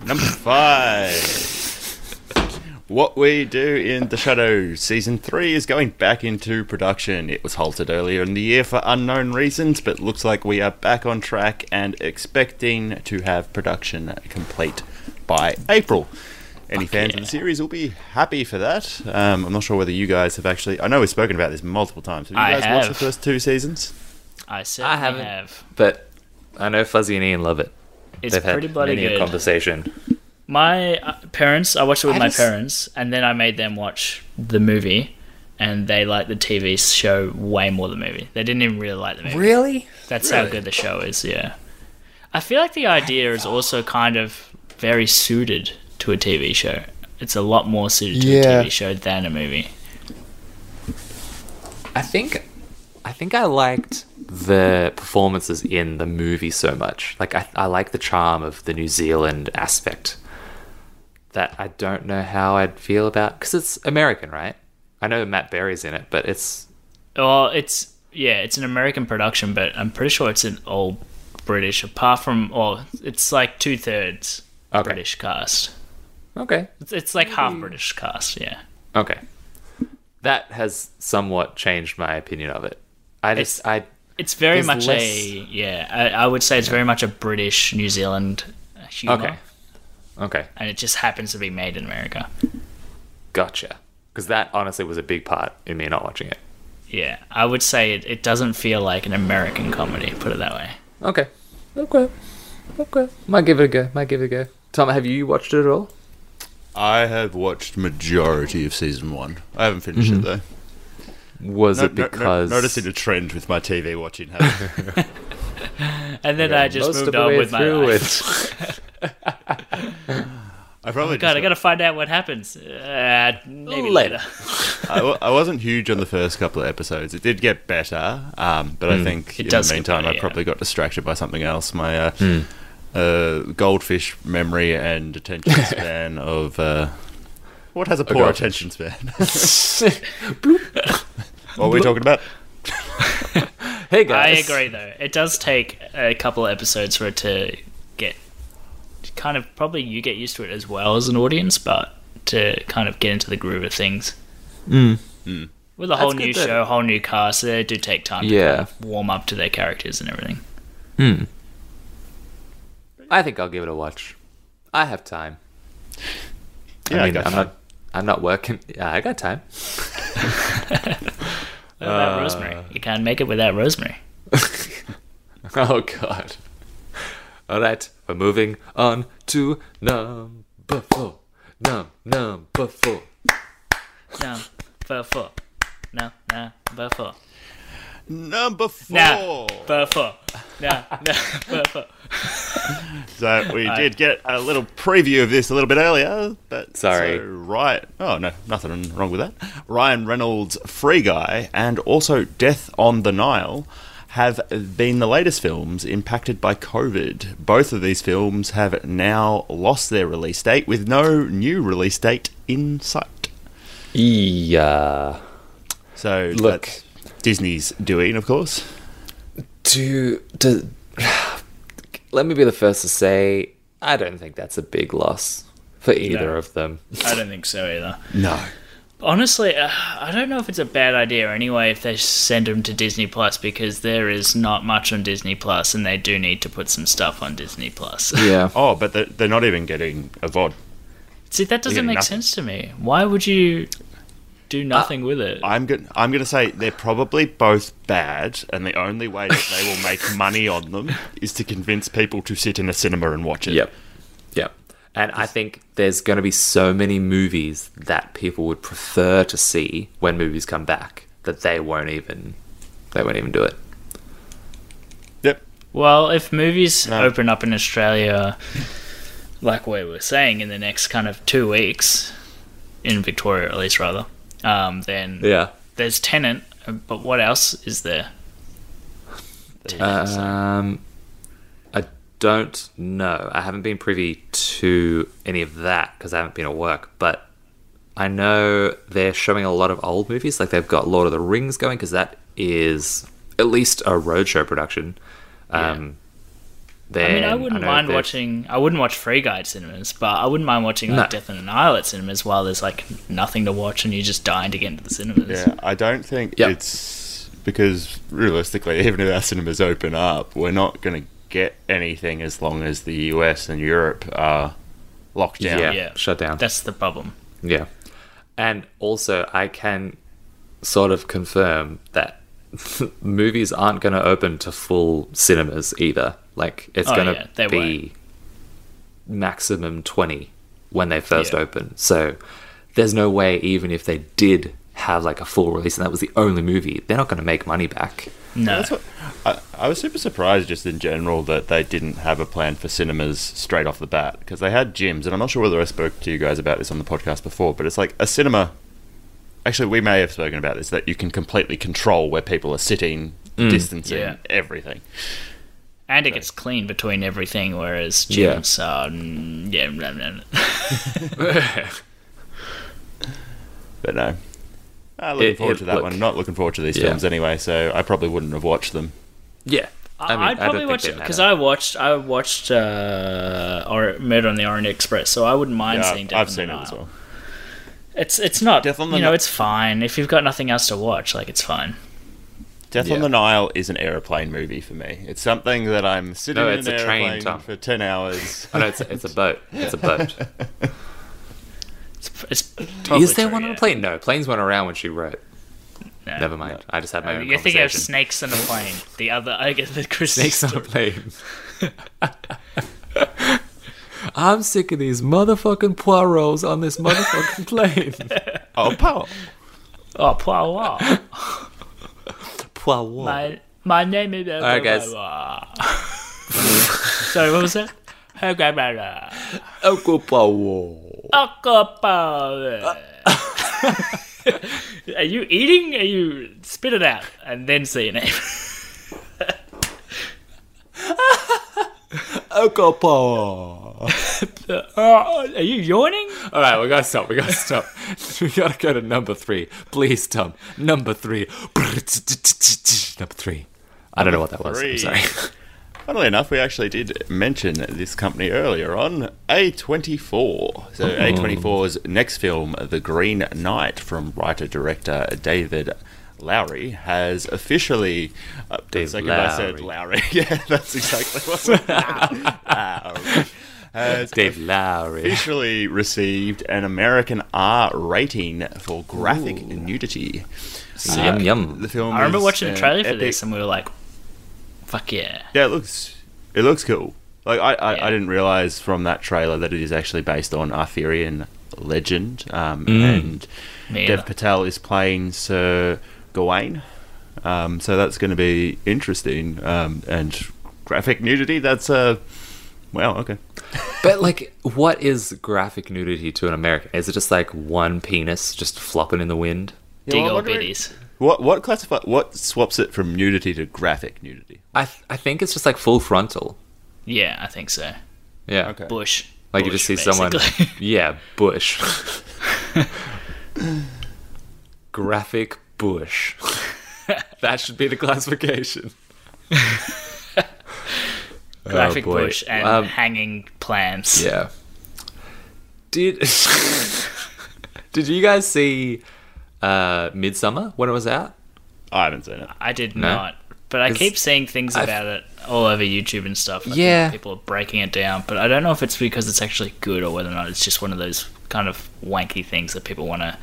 Speaker 1: Number five. What We Do in the Shadow Season 3 is going back into production. It was halted earlier in the year for unknown reasons, but looks like we are back on track and expecting to have production complete by April. Any fans of the series will be happy for that. Um, I'm not sure whether you guys have actually. I know we've spoken about this multiple times. Have you
Speaker 3: I
Speaker 1: guys watched the
Speaker 3: have.
Speaker 1: first two seasons?
Speaker 3: I certainly
Speaker 2: haven't.
Speaker 3: have.
Speaker 2: But I know Fuzzy and Ian love it.
Speaker 3: It's pretty bloody
Speaker 2: many a
Speaker 3: good.
Speaker 2: conversation.
Speaker 3: my uh, parents i watched it with
Speaker 2: I
Speaker 3: my
Speaker 2: just-
Speaker 3: parents and then i made them watch the movie and they liked the tv show way more than the movie they didn't even really like the movie
Speaker 2: Really?
Speaker 3: that's how
Speaker 2: Really?
Speaker 3: good the show is yeah i feel like the idea is also kind of very suited to a tv show it's a lot more suited to
Speaker 4: Yeah.
Speaker 3: a TV show than a movie.
Speaker 2: I think I think I liked the performances in the movie so much. Like I, I like the charm of the New Zealand aspect that I don't know how I'd feel about because it's American, right? I know Matt Berry's in it, but it's
Speaker 3: Well, it's yeah, it's an American production, but I'm pretty sure it's an all British. Apart from, well, it's like two thirds
Speaker 2: Okay.
Speaker 3: British cast.
Speaker 2: okay.
Speaker 3: It's, it's like half British cast. Yeah,
Speaker 2: Okay. That has somewhat changed my opinion of it. I just I
Speaker 3: it's very
Speaker 2: There's
Speaker 3: much a
Speaker 2: less-
Speaker 3: yeah. I, I would say it's very much a British New Zealand humor,
Speaker 2: okay. Okay.
Speaker 3: and it just happens to be made in America.
Speaker 2: Gotcha. Cuz that honestly was a big part in me not watching it.
Speaker 3: Yeah, I would say it, it doesn't feel like an American comedy. Put it that way.
Speaker 2: Okay. Okay. Okay. Might give it a go. Might give it a go. Tom, have you watched it at all?
Speaker 1: I have watched majority of season one. I haven't finished it though.
Speaker 2: Was
Speaker 1: No-
Speaker 2: it
Speaker 1: no- no-
Speaker 2: because
Speaker 1: noticing a trend with my TV watching. habit.
Speaker 3: And then I just
Speaker 2: most
Speaker 3: moved
Speaker 2: of the
Speaker 3: on
Speaker 2: way
Speaker 3: with my
Speaker 2: through
Speaker 3: life.
Speaker 2: it?
Speaker 1: I probably
Speaker 3: Oh, God,
Speaker 1: just-
Speaker 3: I gotta find out what happens. Uh, maybe
Speaker 2: Later.
Speaker 3: later.
Speaker 1: I, wa- I wasn't huge on the first couple of episodes. It did get better, um, but
Speaker 2: Mm.
Speaker 1: I think
Speaker 3: It
Speaker 1: in
Speaker 3: does
Speaker 1: the
Speaker 3: get
Speaker 1: meantime
Speaker 3: better,
Speaker 1: I
Speaker 3: yeah.
Speaker 1: probably got distracted by something else. My uh,
Speaker 2: Mm.
Speaker 1: uh, goldfish memory and attention span of uh, what has a poor
Speaker 2: goldfish.
Speaker 1: attention span? what are we talking about?
Speaker 2: hey
Speaker 3: I
Speaker 2: guys.
Speaker 3: agree, though. It does take a couple of episodes for it to get kind of probably you get used to it as well as an audience, but to kind of get into the groove of things. Mm. With a whole
Speaker 2: That's
Speaker 3: new
Speaker 2: good that-
Speaker 3: show, whole new cast, they do take time to
Speaker 2: Yeah.
Speaker 3: kind of warm up to their characters and everything.
Speaker 2: I think I'll give it a watch. I have time.
Speaker 1: Yeah, I
Speaker 2: I mean, uh,
Speaker 1: got
Speaker 2: I'm
Speaker 1: time.
Speaker 2: not I'm not working. Yeah, I got time.
Speaker 3: What about Rosemary? You can't make it without Rosemary.
Speaker 2: Oh god. All right, we're moving on to number 4. Num number 4.
Speaker 3: No, for four. No, no, for four.
Speaker 1: Number four.
Speaker 3: No, for four. No, no, for four.
Speaker 1: So we did get a little preview of this a little bit earlier, but
Speaker 2: Sorry.
Speaker 1: So Ryan, oh no, nothing wrong with that. Ryan Reynolds' Free Guy and also Death on the Nile have been the latest films impacted by COVID. Both of these films have now lost their release date, with no new release date in sight.
Speaker 2: Yeah.
Speaker 1: So
Speaker 2: Look.
Speaker 1: that's Disney's doing, of course.
Speaker 2: Do do Let me be the first to say I don't think that's a big loss for either
Speaker 3: No.
Speaker 2: of them.
Speaker 3: I don't think so either.
Speaker 1: No.
Speaker 3: Honestly, uh, I don't know if it's a bad idea anyway if they send them to Disney Plus because there is not much on Disney Plus and they do need to put some stuff on Disney Plus.
Speaker 2: Yeah.
Speaker 1: Oh, but they're, they're not even getting a VOD.
Speaker 3: See, that doesn't
Speaker 1: getting
Speaker 3: make
Speaker 1: nothing.
Speaker 3: sense to me. Why would you do nothing with it?
Speaker 1: I'm going I'm going to say they're probably both bad, and the only way that they will make money on them is to convince people to sit in a cinema and watch it.
Speaker 2: Yep. Yep. And I think there's going to be so many movies that people would prefer to see when movies come back that they won't even they won't even do it.
Speaker 1: Yep.
Speaker 3: Well, if movies
Speaker 1: No.
Speaker 3: open up in Australia, like we were saying, in the next kind of two weeks, in Victoria at least, rather, um, then
Speaker 2: Yeah.
Speaker 3: there's Tenant, but what else is there?
Speaker 2: Um, I don't know. I haven't been privy to any of that because I haven't been at work. But I know they're showing a lot of old movies. Like they've got Lord of the Rings going because that is at least a roadshow production. Um,
Speaker 3: I mean, I
Speaker 2: then
Speaker 3: wouldn't
Speaker 2: know
Speaker 3: mind
Speaker 2: they've-
Speaker 3: watching. I wouldn't watch Free Guide cinemas, but I wouldn't mind watching like
Speaker 2: No.
Speaker 3: Death on an Isle at cinemas while there's like nothing to watch and you're just dying to get into the cinemas.
Speaker 1: Yeah, I don't think
Speaker 2: Yep.
Speaker 1: it's because realistically, even if our cinemas open up, we're not going to get anything as long as the US and Europe are locked down.
Speaker 2: Yeah,
Speaker 3: Yeah.
Speaker 2: shut down.
Speaker 3: That's the problem.
Speaker 2: Yeah. And also, I can sort of confirm that movies aren't going to open to full cinemas either. Like, it's
Speaker 3: Oh,
Speaker 2: going
Speaker 3: yeah,
Speaker 2: to
Speaker 3: they
Speaker 2: be maximum 20 when they first
Speaker 3: Yeah.
Speaker 2: open. So, there's no way, even if they did have like a full release and that was the only movie, they're not going to make money back.
Speaker 3: No.
Speaker 1: That's what, I, I was super surprised just in general that they didn't have a plan for cinemas straight off the bat because they had gyms, and I'm not sure whether I spoke to you guys about this on the podcast before, but it's like a cinema. Actually, we may have spoken about this that you can completely control where people are sitting,
Speaker 2: Mm.
Speaker 1: distancing,
Speaker 3: Yeah.
Speaker 1: everything.
Speaker 3: And it gets clean between everything, whereas
Speaker 2: Yeah.
Speaker 3: gyms are. mm, Yeah. blah, blah, blah.
Speaker 1: But no. Uh, looking
Speaker 2: It-
Speaker 1: forward
Speaker 2: it-
Speaker 1: to that
Speaker 2: look-
Speaker 1: one. Not looking forward to these
Speaker 2: Yeah.
Speaker 1: films anyway, so I probably wouldn't have watched them.
Speaker 2: Yeah.
Speaker 3: I
Speaker 2: mean,
Speaker 3: would
Speaker 2: don't
Speaker 3: probably
Speaker 2: think
Speaker 3: watch
Speaker 2: they
Speaker 3: it because
Speaker 2: matter.
Speaker 3: I watched I watched uh, or Murder on the Orient Express, so I wouldn't mind
Speaker 1: Yeah,
Speaker 3: seeing
Speaker 1: I've,
Speaker 3: Death
Speaker 1: I've
Speaker 3: on
Speaker 1: seen
Speaker 3: the
Speaker 1: it as
Speaker 3: Nile.
Speaker 1: well.
Speaker 3: It's it's not
Speaker 1: Death on the
Speaker 3: you know
Speaker 1: Ni-
Speaker 3: it's fine if you've got nothing else to watch like it's fine.
Speaker 1: Death
Speaker 2: Yeah.
Speaker 1: on the Nile is an airplane movie for me. It's something that I'm sitting
Speaker 2: No,
Speaker 1: in
Speaker 2: it's
Speaker 1: an
Speaker 2: a train,
Speaker 1: airplane
Speaker 2: Tom.
Speaker 1: for 10 hours.
Speaker 2: Oh, no, it's, it's a boat. It's a boat.
Speaker 3: It's, it's probably
Speaker 2: Is there
Speaker 3: true,
Speaker 2: one on
Speaker 3: yeah.
Speaker 2: a plane? No, planes weren't around when she wrote.
Speaker 3: No.
Speaker 2: Never mind. I just had my own
Speaker 3: You're thinking of
Speaker 2: conversation.
Speaker 3: snakes on a plane. The other, I guess, the Chris
Speaker 2: Snakes on a plane. I'm sick of these motherfucking poirots on this motherfucking plane.
Speaker 1: oh, Paul.
Speaker 3: Oh, Poirot.
Speaker 2: Poirot.
Speaker 3: My my name is. All
Speaker 2: right, guys.
Speaker 3: Sorry, what was that?
Speaker 2: Uncle Poirot.
Speaker 3: Are you eating? Are you spit it out and then say your name?
Speaker 2: Uncle Poirot.
Speaker 3: Uh, are you yawning?
Speaker 2: All right, we gotta stop. We gotta stop. we gotta go to number three, please, Tom. Number three. Number three. I don't know what that was. I'm
Speaker 1: Three.
Speaker 2: sorry.
Speaker 1: Funnily enough, we actually did mention this company earlier on A24. So,
Speaker 2: Oh.
Speaker 1: A24's next film, The Green Knight, from writer director David Lowry, has officially. Uh,
Speaker 2: Dave
Speaker 1: the second I said Lowry. Yeah, that's exactly what Lowry. Has
Speaker 2: Dave Lowry.
Speaker 1: officially received an American R rating for graphic nudity. Uh,
Speaker 2: yum yum.
Speaker 1: The film.
Speaker 3: I remember
Speaker 1: is
Speaker 3: watching
Speaker 1: an
Speaker 3: a trailer for
Speaker 1: epic-
Speaker 3: this and we were like, "Fuck yeah!"
Speaker 1: Yeah, it looks it looks cool. Like I, I,
Speaker 3: Yeah.
Speaker 1: I didn't realize from that trailer that it is actually based on Arthurian legend, um,
Speaker 2: Mm.
Speaker 1: and
Speaker 3: Me
Speaker 1: Dev
Speaker 3: either.
Speaker 1: Patel is playing Sir Gawain. Um, so that's going to be interesting. Um, and graphic nudity. That's uh, well, okay.
Speaker 2: But like, what is graphic nudity to an American? Is it just like one penis just flopping in the wind?
Speaker 3: Dig
Speaker 1: well,
Speaker 3: old
Speaker 1: what do we-
Speaker 3: biddies.
Speaker 1: What what classify what swaps it from nudity to graphic nudity?
Speaker 2: I th- I think it's just like full frontal.
Speaker 3: Yeah, I think so.
Speaker 2: Yeah.
Speaker 1: Okay.
Speaker 3: Bush.
Speaker 2: Like you
Speaker 3: Bush,
Speaker 2: just see
Speaker 3: basically.
Speaker 2: someone. Yeah, bush. graphic bush. that should be the classification.
Speaker 3: graphic
Speaker 2: Oh, boy.
Speaker 3: bush and
Speaker 2: Um,
Speaker 3: hanging plants.
Speaker 2: Yeah. Did Did you guys see uh Midsummer when it was out?
Speaker 1: I haven't seen it.
Speaker 3: I did
Speaker 2: No?
Speaker 3: not, but I
Speaker 2: 'Cause
Speaker 3: keep seeing things
Speaker 2: I've-
Speaker 3: about it all over YouTube and stuff. I think
Speaker 2: Yeah.
Speaker 3: people are breaking it down, but I don't know if it's because it's actually good or whether or not it's just one of those kind of wanky things that people want to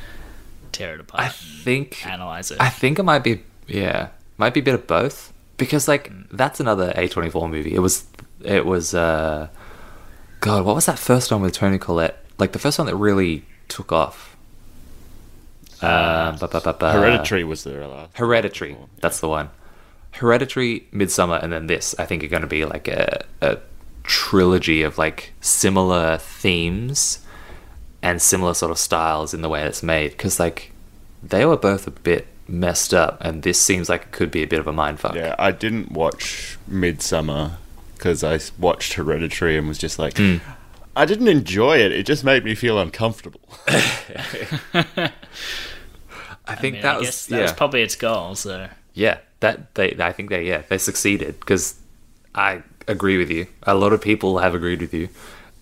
Speaker 3: tear it apart,
Speaker 2: I think
Speaker 3: and analyze it.
Speaker 2: I think it might be yeah, might be a bit of both because like that's another A24 movie. It was it was uh god, what was that first one with Tony Collette? Like the first one that really took off. Uh, ba- ba- ba- ba-
Speaker 1: Hereditary was the last.
Speaker 2: Hereditary. That's the one. Hereditary, Midsummer, and then this. I think are going to be like a, a trilogy of like similar themes and similar sort of styles in the way it's made. Because like they were both a bit messed up, and this seems like it could be a bit of a mindfuck.
Speaker 1: Yeah, I didn't watch Midsummer because I s- watched Hereditary and was just like,
Speaker 2: Hmm.
Speaker 1: I didn't enjoy it. It just made me feel uncomfortable.
Speaker 2: I think
Speaker 3: mean,
Speaker 2: that
Speaker 3: I
Speaker 2: was
Speaker 3: guess
Speaker 2: yeah.
Speaker 3: that was probably its goal. So
Speaker 2: Yeah, that they I think they yeah they succeeded because I agree with you. A lot of people have agreed with you,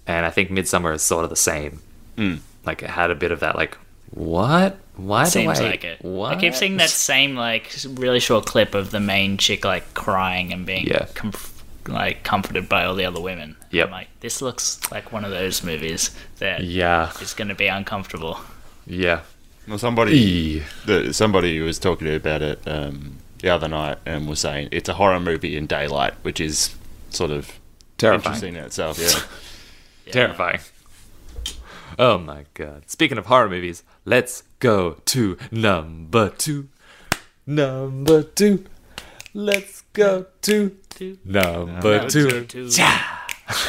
Speaker 2: and I think Midsummer is sort of the same.
Speaker 1: Hmm.
Speaker 2: Like it had a bit of that like what why
Speaker 3: seems
Speaker 2: do I,
Speaker 3: like it.
Speaker 2: What?
Speaker 3: I keep seeing that same like really short clip of the main chick like crying and being
Speaker 2: Yeah.
Speaker 3: comf- like comforted by all the other women.
Speaker 2: Yep.
Speaker 3: I'm like this looks like one of those movies that is
Speaker 2: Yeah,
Speaker 3: going to be uncomfortable.
Speaker 2: yeah.
Speaker 1: Well, somebody the, somebody was talking to me about it um, the other night and was saying it's a horror movie in daylight, which is sort of
Speaker 2: Terrifying.
Speaker 1: interesting in itself. Yeah,
Speaker 2: Terrifying. Oh my god. Speaking of horror movies, let's go to number two. Number two. Let's go to
Speaker 3: Two.
Speaker 2: number two.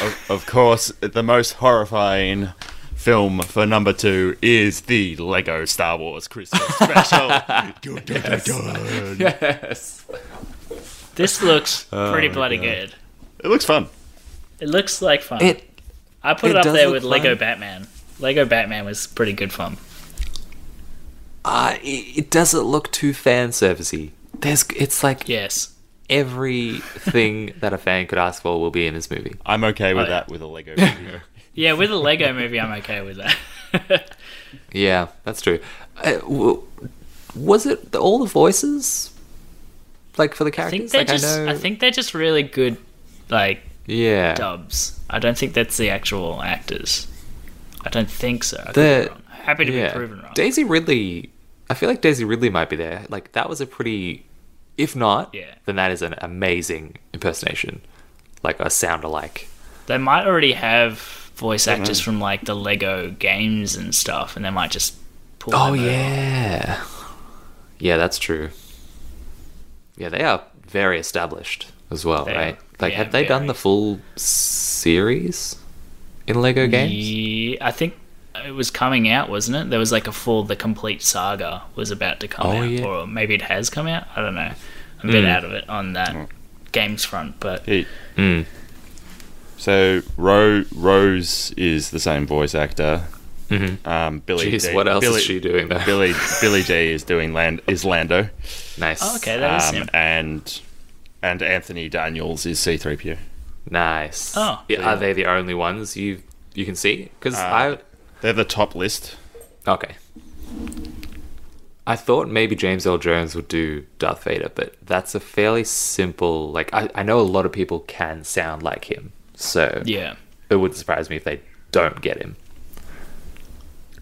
Speaker 1: Of, of course, the most horrifying film for number two is the Lego Star Wars Christmas special. Dun, dun, dun, dun.
Speaker 2: Yes.
Speaker 3: This looks pretty
Speaker 2: Oh my
Speaker 3: bloody
Speaker 2: God.
Speaker 3: good.
Speaker 1: It looks fun.
Speaker 3: It looks like fun.
Speaker 2: It
Speaker 3: I put
Speaker 2: it
Speaker 3: it, up
Speaker 2: does
Speaker 3: there
Speaker 2: look
Speaker 3: with Lego
Speaker 2: fun.
Speaker 3: Batman. Lego Batman was pretty good fun.
Speaker 2: uh, it, it doesn't look too fan servicey. There's it's like
Speaker 3: Yes.
Speaker 2: everything that a fan could ask for will be in this movie.
Speaker 1: I'm okay with
Speaker 3: Oh, yeah.
Speaker 1: that with a Lego video.
Speaker 3: Yeah, with a Lego movie, I'm okay with that.
Speaker 2: Yeah, that's true. Uh, w- was it the, all the voices? Like for the
Speaker 3: I think
Speaker 2: characters?
Speaker 3: they're
Speaker 2: like
Speaker 3: just.
Speaker 2: I know.
Speaker 3: I think they're just really good, like
Speaker 2: yeah.
Speaker 3: dubs. I don't think that's the actual actors. I don't think so. I could be
Speaker 2: The-
Speaker 3: wrong. Happy to
Speaker 2: yeah.
Speaker 3: be proven wrong.
Speaker 2: Daisy Ridley. I feel like Daisy Ridley might be there. Like that was a pretty, if not,
Speaker 3: Yeah.
Speaker 2: then that is an amazing impersonation, like a sound alike.
Speaker 3: they might already have voice actors from like the Lego games and stuff, and they might just pull.
Speaker 2: Oh
Speaker 3: them over.
Speaker 2: yeah, yeah, that's true. Yeah, they are very established as well,
Speaker 3: They
Speaker 2: right?
Speaker 3: are.
Speaker 2: Like,
Speaker 3: Yeah,
Speaker 2: have they done
Speaker 3: very.
Speaker 2: the full series in Lego games?
Speaker 3: Ye- I think it was coming out, wasn't it? There was like a full, the complete saga was about to come
Speaker 2: Oh,
Speaker 3: out,
Speaker 2: yeah. Hmm.
Speaker 3: or maybe it has come out. I don't know. I'm a bit out of it on that games front, but
Speaker 1: He-
Speaker 2: Hmm.
Speaker 1: So Ro- Rose is the same voice actor. Mm-hmm. Um, Billy.
Speaker 2: Jeez,
Speaker 1: D-
Speaker 2: what else
Speaker 1: Billy-
Speaker 2: is she doing though?
Speaker 1: Billy Billy D is doing land is Lando,
Speaker 2: nice. Uh,
Speaker 3: oh, okay, that is
Speaker 1: um,
Speaker 3: him.
Speaker 1: and and Anthony Daniels is C three PO.
Speaker 2: Nice.
Speaker 3: Oh.
Speaker 2: Yeah, are they the only ones you you can see? Because
Speaker 1: Uh, They're the top list.
Speaker 2: I okay. I thought maybe James L. Jones would do Darth Vader, but that's a fairly simple. Like I, I know a lot of people can sound like him, so
Speaker 3: Yeah,
Speaker 2: it wouldn't surprise me if they don't get him.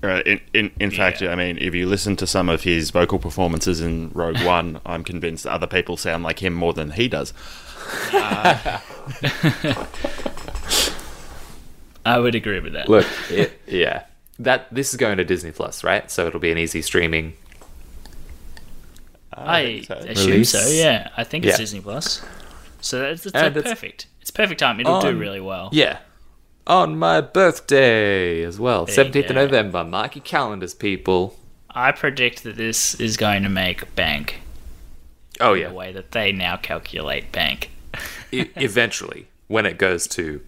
Speaker 1: Uh, in in, in fact, I mean, if you listen to some of his vocal performances in Rogue One, I'm convinced other people sound like him more than he does.
Speaker 3: I would agree with that.
Speaker 2: Look, it, yeah, that this is going to Disney Plus, right? So it'll be an easy streaming.
Speaker 3: I,
Speaker 1: think Uh, so.
Speaker 3: assume
Speaker 2: Release?
Speaker 3: so. Yeah, I think
Speaker 2: Yeah.
Speaker 3: it's Disney Plus. So that's, it's
Speaker 2: And
Speaker 3: like
Speaker 2: it's-
Speaker 3: perfect. It's perfect time. It'll do
Speaker 2: on-
Speaker 3: really well.
Speaker 2: Um, Yeah. On my birthday as well,
Speaker 3: There you
Speaker 2: seventeenth of
Speaker 3: go.
Speaker 2: November. Mark your calendars, people.
Speaker 3: I predict that this is going to make bank
Speaker 2: Oh
Speaker 3: the
Speaker 2: yeah,
Speaker 3: way that they now calculate bank.
Speaker 2: e- eventually when it goes to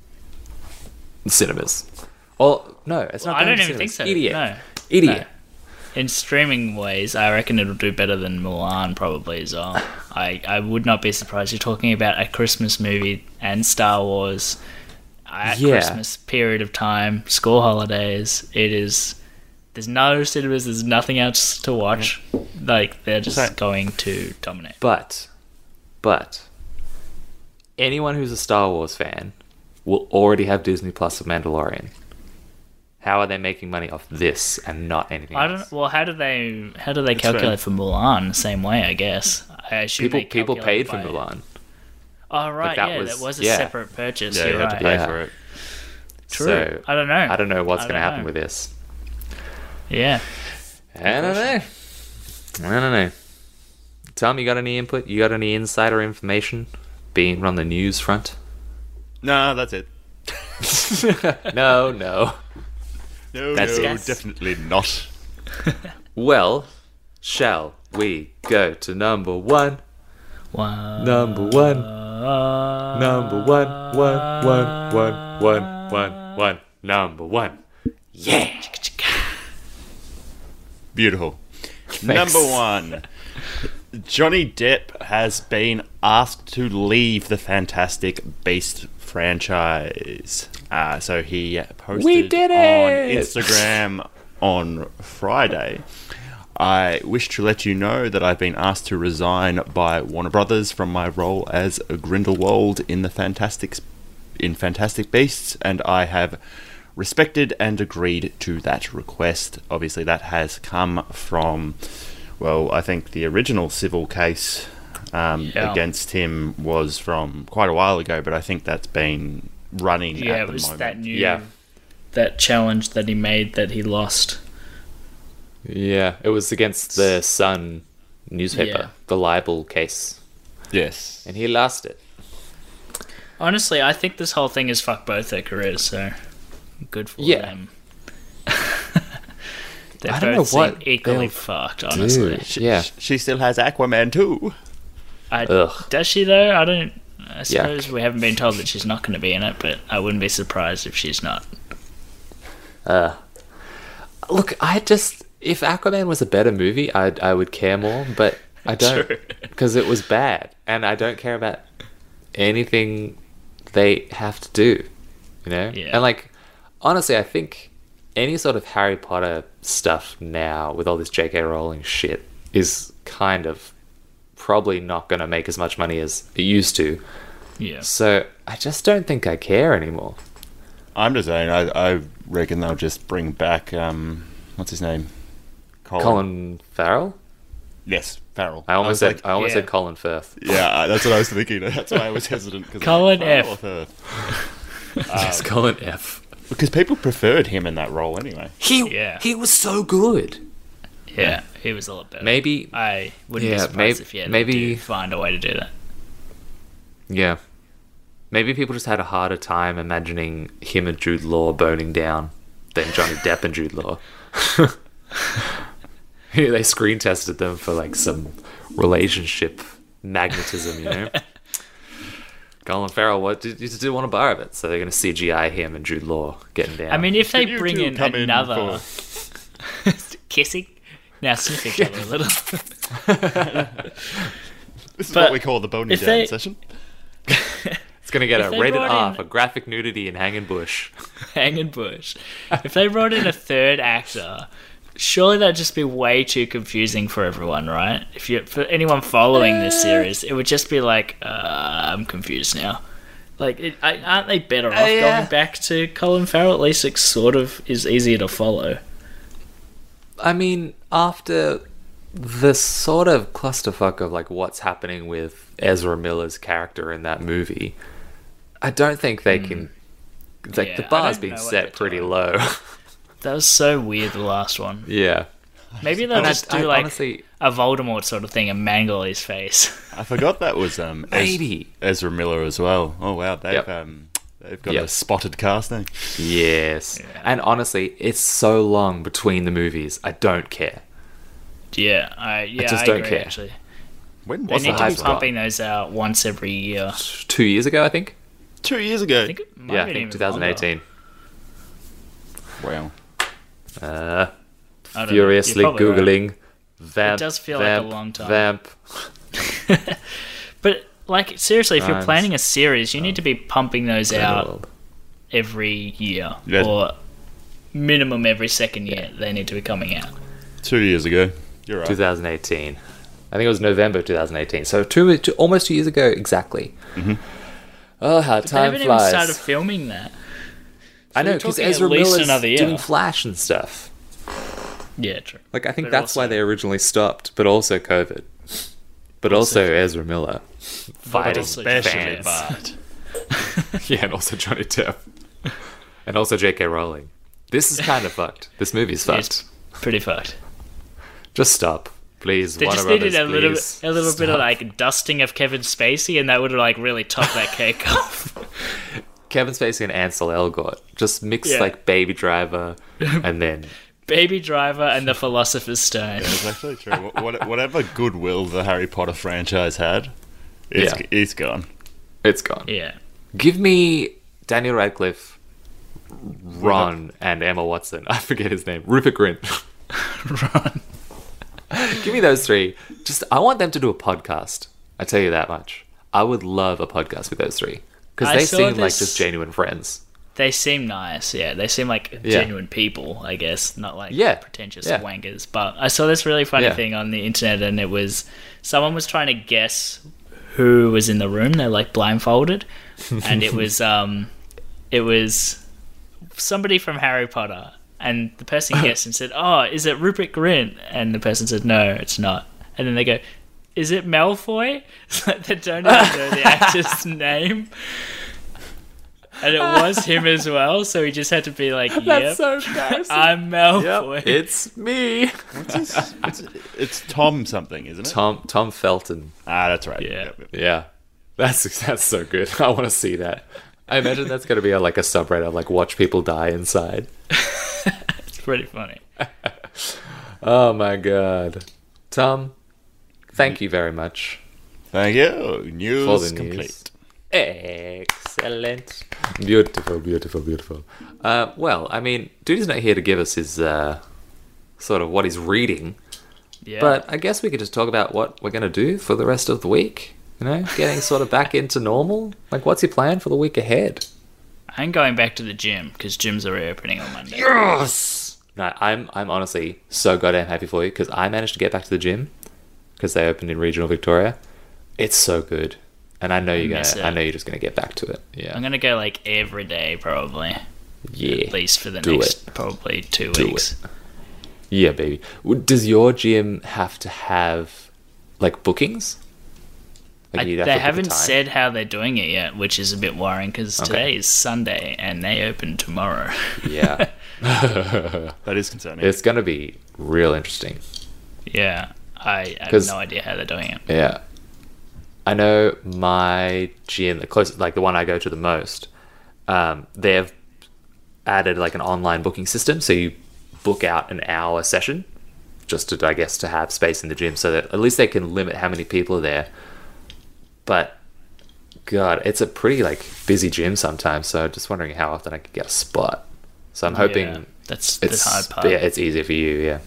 Speaker 2: cinemas. Well, no, it's not.
Speaker 3: I
Speaker 2: going
Speaker 3: don't
Speaker 2: to
Speaker 3: even think
Speaker 2: cinemas.
Speaker 3: so.
Speaker 2: Idiot,
Speaker 3: No.
Speaker 2: idiot.
Speaker 3: In streaming ways, I reckon it'll do better than Milan probably as well. I, I would not be surprised. You're talking about a Christmas movie and Star Wars at
Speaker 2: Yeah.
Speaker 3: Christmas period of time, school holidays. It is. There's no cinemas. There's nothing else to watch. Like they're just
Speaker 1: Sorry.
Speaker 3: going to dominate.
Speaker 2: But, but, anyone who's a Star Wars fan will already have Disney Plus of Mandalorian. How are they making money off this and not anything
Speaker 3: I
Speaker 2: else?
Speaker 3: don't. Well, how do they how do they
Speaker 1: fair.
Speaker 3: calculate for Mulan? The same way, I guess. I assume
Speaker 2: People
Speaker 3: they
Speaker 2: people
Speaker 3: calculate
Speaker 2: paid for
Speaker 3: by-
Speaker 2: Mulan.
Speaker 3: Oh right,
Speaker 2: that
Speaker 3: yeah,
Speaker 2: was-
Speaker 3: that was a
Speaker 2: yeah.
Speaker 3: separate purchase.
Speaker 1: Yeah,
Speaker 3: you're
Speaker 1: you have to
Speaker 3: right.
Speaker 1: pay
Speaker 2: Yeah.
Speaker 1: for it.
Speaker 3: True.
Speaker 2: So,
Speaker 3: I don't know.
Speaker 2: I don't know what's
Speaker 3: I
Speaker 2: going to
Speaker 3: don't
Speaker 2: happen
Speaker 3: know.
Speaker 2: with this.
Speaker 3: Yeah.
Speaker 2: I don't know. I don't know. Tom, you got any input? You got any insider information being on the news front?
Speaker 1: No, that's it.
Speaker 2: no, no.
Speaker 1: No,
Speaker 2: That's
Speaker 1: no,
Speaker 2: it.
Speaker 1: definitely not.
Speaker 2: Well, shall we go to number one?
Speaker 3: Wow.
Speaker 2: Number one. Number one, one, one, one, one, one, one. Number one. Yeah.
Speaker 1: Beautiful. Number one. Johnny Depp has been asked to leave the Fantastic Beast franchise. Uh, so he posted
Speaker 2: We did
Speaker 1: on
Speaker 2: it!
Speaker 1: Instagram on Friday. I wish to let you know that I've been asked to resign by Warner Brothers from my role as Grindelwald in the Fantastic in Fantastic Beasts, and I have respected and agreed to that request. Obviously, that has come from, well, I think the original civil case um,
Speaker 3: Yeah.
Speaker 1: against him was from quite a while ago, but I think that's been running
Speaker 3: Yeah,
Speaker 1: at
Speaker 3: it
Speaker 1: the
Speaker 3: was
Speaker 1: moment.
Speaker 3: that new
Speaker 2: Yeah.
Speaker 3: that challenge that he made that he lost.
Speaker 2: Yeah, it was against the Sun newspaper,
Speaker 3: Yeah.
Speaker 2: the libel case,
Speaker 1: Yes.
Speaker 2: and he lost it.
Speaker 3: Honestly, I think this whole thing has fucked both their careers, so good for
Speaker 2: Yeah.
Speaker 3: them. They're
Speaker 2: I don't know
Speaker 3: both seem
Speaker 2: what
Speaker 3: equally
Speaker 2: they'll
Speaker 3: fucked, honestly.
Speaker 2: Dude, yeah.
Speaker 1: She still has Aquaman too.
Speaker 3: I,
Speaker 2: Ugh.
Speaker 3: does she though? I don't. I suppose we haven't been told that she's not going to be in it, but I wouldn't be surprised if she's not.
Speaker 2: Look, I just if Aquaman was a better movie, I I would care more, but I don't
Speaker 3: True.
Speaker 2: because it was bad, and I don't care about anything they have to do, you know.
Speaker 3: Yeah.
Speaker 2: And like honestly, I think any sort of Harry Potter stuff now with all this J.K. Rowling shit is kind of probably not going to make as much money as it used to.
Speaker 3: Yeah.
Speaker 2: So I just don't think I care anymore.
Speaker 1: I'm just saying. I, I reckon they'll just bring back um, what's his name? Colin.
Speaker 2: Colin Farrell.
Speaker 1: Yes, Farrell.
Speaker 2: I almost
Speaker 1: was
Speaker 2: said I almost
Speaker 3: yeah.
Speaker 2: said Colin Firth.
Speaker 1: like, yeah, uh, that's what I was thinking. That's why I was hesitant. 'cause I'm
Speaker 3: Colin
Speaker 1: like, "Oh,
Speaker 3: F.
Speaker 1: Farrell or Firth?
Speaker 2: Yes, Colin F.
Speaker 1: Because people preferred him in that role anyway.
Speaker 2: He
Speaker 3: Yeah.
Speaker 2: he was so good.
Speaker 3: Yeah, he was a lot better.
Speaker 2: Maybe
Speaker 3: I wouldn't be
Speaker 2: Yeah,
Speaker 3: surprised
Speaker 2: mayb-
Speaker 3: if yeah,
Speaker 2: maybe-
Speaker 3: maybe do find a way to do that.
Speaker 2: yeah. Maybe people just had a harder time imagining him and Jude Law boning down than Johnny Depp and Jude Law. Yeah, they screen tested them for like some relationship magnetism, you know. Colin Farrell, what did you do want a bar of it? So they're going to CGI him and Jude Law getting down.
Speaker 3: I mean, if they
Speaker 1: Could you
Speaker 3: bring
Speaker 1: two
Speaker 3: in
Speaker 1: come in
Speaker 3: another kissing, now sniff each other a little.
Speaker 1: This is
Speaker 3: But
Speaker 1: what we call the bony
Speaker 3: if
Speaker 1: down
Speaker 3: they-
Speaker 1: session.
Speaker 2: it's going to get
Speaker 3: if
Speaker 2: a
Speaker 3: they
Speaker 2: rated
Speaker 3: brought
Speaker 2: R
Speaker 3: in-
Speaker 2: for graphic nudity and hanging bush.
Speaker 3: Hanging bush. If they brought in a third actor, surely that'd just be way too confusing for everyone, right? If you for anyone following
Speaker 2: Uh.
Speaker 3: this series, it would just be like, uh, I'm confused now. Like, it, I- aren't they better off
Speaker 2: Oh, yeah.
Speaker 3: going back to Colin Farrell? At least it sort of is easier to follow.
Speaker 2: I mean, after the sort of clusterfuck of like what's happening with Ezra Miller's character in that movie, I don't think they can. It's like the
Speaker 3: Mm. Yeah, I
Speaker 2: bar's
Speaker 3: don't
Speaker 2: been
Speaker 3: know at
Speaker 2: set
Speaker 3: the
Speaker 2: pretty
Speaker 3: time.
Speaker 2: low.
Speaker 3: That was so weird, the last one.
Speaker 2: yeah,
Speaker 3: Maybe they'll
Speaker 2: I-
Speaker 3: just
Speaker 2: I
Speaker 3: do like
Speaker 2: honestly-
Speaker 3: a Voldemort sort of thing and mangle his face.
Speaker 1: I forgot that was um, Ez-
Speaker 2: Maybe.
Speaker 1: Ezra Miller as well. Oh wow, they've
Speaker 2: Yep.
Speaker 1: um, they've got
Speaker 2: Yep.
Speaker 1: a spotted cast now.
Speaker 2: yes. And honestly, it's so long between the movies. I don't care.
Speaker 3: Yeah, I yeah, I,
Speaker 2: just don't
Speaker 3: agree,
Speaker 2: care.
Speaker 3: Actually,
Speaker 1: When
Speaker 3: they
Speaker 1: was that?
Speaker 3: need
Speaker 2: the
Speaker 3: to be
Speaker 2: Heisman?
Speaker 3: pumping those out once every year. I
Speaker 2: Two years ago, I think.
Speaker 1: Two years ago.
Speaker 3: think it might
Speaker 2: yeah,
Speaker 3: have
Speaker 2: I
Speaker 3: been
Speaker 2: think
Speaker 3: even longer.
Speaker 2: 2018.
Speaker 1: Wow.
Speaker 2: Uh,
Speaker 3: I don't know. You're
Speaker 2: furiously
Speaker 3: probably right.
Speaker 2: googling. Vamp.
Speaker 3: does feel like a
Speaker 2: vamp,
Speaker 3: long time.
Speaker 2: Vamp.
Speaker 3: But like seriously, if you're
Speaker 2: Times. Um,
Speaker 3: planning a series, you need to be pumping those out
Speaker 2: World.
Speaker 3: every year
Speaker 1: Yeah.
Speaker 3: or minimum every second year. They need to be coming out.
Speaker 1: Two years ago. You're right.
Speaker 2: 2018. I think it was November 2018. So two, two almost two years ago exactly. Oh, how
Speaker 3: they
Speaker 2: time
Speaker 3: haven't
Speaker 2: flies!
Speaker 3: even started filming that.
Speaker 2: I know
Speaker 3: we're
Speaker 2: because
Speaker 3: talking at
Speaker 2: Ezra
Speaker 3: least
Speaker 2: Miller's
Speaker 3: another year.
Speaker 2: doing Flash and stuff.
Speaker 3: Yeah, true.
Speaker 2: Like I think
Speaker 3: But
Speaker 2: that's
Speaker 3: also-
Speaker 2: why they originally stopped, but also COVID, but also, Ezra Miller fighting
Speaker 3: also
Speaker 2: fans.
Speaker 3: Johnny
Speaker 2: yeah, and also Johnny Depp, and also J.K. Rowling. This is kind of fucked. This movie's
Speaker 3: It's
Speaker 2: fucked.
Speaker 3: pretty fucked.
Speaker 2: Just stop, please.
Speaker 3: They
Speaker 2: Warner
Speaker 3: just needed
Speaker 2: Brothers,
Speaker 3: a little,
Speaker 2: please.
Speaker 3: a little bit of
Speaker 2: Stop.
Speaker 3: like dusting of Kevin Spacey, and that would have like really topped that cake off.
Speaker 2: Kevin Spacey and Ansel Elgort. Just mix
Speaker 3: Yeah.
Speaker 2: like Baby Driver and then
Speaker 3: Baby Driver and the Philosopher's Stone.
Speaker 1: That's actually true. What- what- Whatever goodwill the Harry Potter franchise had, it's,
Speaker 2: Yeah.
Speaker 1: it's gone.
Speaker 2: it's gone.
Speaker 3: Yeah.
Speaker 2: Give me Daniel Radcliffe, Ron, and Emma Watson. I forget his name. Rupert Grint.
Speaker 3: Ron.
Speaker 2: Give me those three. Just I want them to do a podcast. I tell you that much. I would love a podcast with those three because
Speaker 3: I
Speaker 2: they
Speaker 3: saw
Speaker 2: seem like
Speaker 3: this-
Speaker 2: just genuine friends.
Speaker 3: They seem nice, yeah. They seem like genuine people, I guess, not like
Speaker 2: Yeah,
Speaker 3: pretentious
Speaker 2: yeah.
Speaker 3: wankers. But I saw this really funny
Speaker 2: Yeah.
Speaker 3: thing on the internet, and it was someone was trying to guess who was in the room. They're like blindfolded, and it was um, it was somebody from Harry Potter. And the person guessed and said, "Oh, is it Rupert Grint?" And the person said, "No, it's not." And then they go, "Is it Malfoy?" So they don't even know the actor's name. and it was him as well. So he just had to be like, "Yep,
Speaker 2: That's so nice.
Speaker 3: I'm Malfoy."
Speaker 2: it's me.
Speaker 1: It's, it's, it's Tom something, isn't it?
Speaker 2: Tom Tom Felton.
Speaker 1: Ah, that's right.
Speaker 3: Yeah.
Speaker 1: Yep, yep.
Speaker 2: Yeah, that's that's so good. I want to see that. I imagine that's going to be a, like a subreddit, like watch people die inside.
Speaker 3: It's pretty funny.
Speaker 2: Oh my god, Tom, thank you very much
Speaker 1: Thank you. News
Speaker 2: for the news.
Speaker 1: complete.
Speaker 2: Excellent. Beautiful, beautiful, beautiful. Uh, well, I mean, dude's not here to give us his uh, sort of what he's reading,
Speaker 3: Yeah,
Speaker 2: but I guess we could just talk about what we're going to do for the rest of the week. You know, getting sort of back into normal. Like, what's your plan for the week ahead?
Speaker 3: I'm going back to the gym because gyms are reopening on Monday.
Speaker 2: Yes. No, I'm I'm honestly so goddamn happy for you because I managed to get back to the gym because they opened in regional Victoria. It's so good, and I know you're
Speaker 3: miss
Speaker 2: gonna. I
Speaker 3: it.
Speaker 2: know you're just gonna get back to it. Yeah.
Speaker 3: I'm gonna go like every day probably,
Speaker 2: yeah.
Speaker 3: at least for the
Speaker 2: Do
Speaker 3: next probably two
Speaker 2: Do
Speaker 3: weeks.
Speaker 2: Yeah, baby. W- Does your gym have to have like bookings?
Speaker 3: I,
Speaker 2: you'd have to
Speaker 3: they
Speaker 2: book a
Speaker 3: haven't
Speaker 2: time?
Speaker 3: said how they're doing it yet, which is a bit worrying because today is Sunday and they open tomorrow.
Speaker 2: Yeah.
Speaker 1: That is concerning.
Speaker 2: it's gonna be real interesting.
Speaker 3: yeah, I, I have
Speaker 2: 'Cause-
Speaker 3: no idea how they're doing it.
Speaker 2: Yeah. I know my gym, the closest, like the one I go to the most, um, they've added like an online booking system. So you book out an hour session just to, I guess, to have space in the gym so that at least they can limit how many people are there. But God, it's a pretty like busy gym sometimes. So just wondering how often I could get a spot. So I'm hoping
Speaker 3: Yeah, that's
Speaker 2: it's,
Speaker 3: the hard part.
Speaker 2: yeah, it's easier for you. Yeah.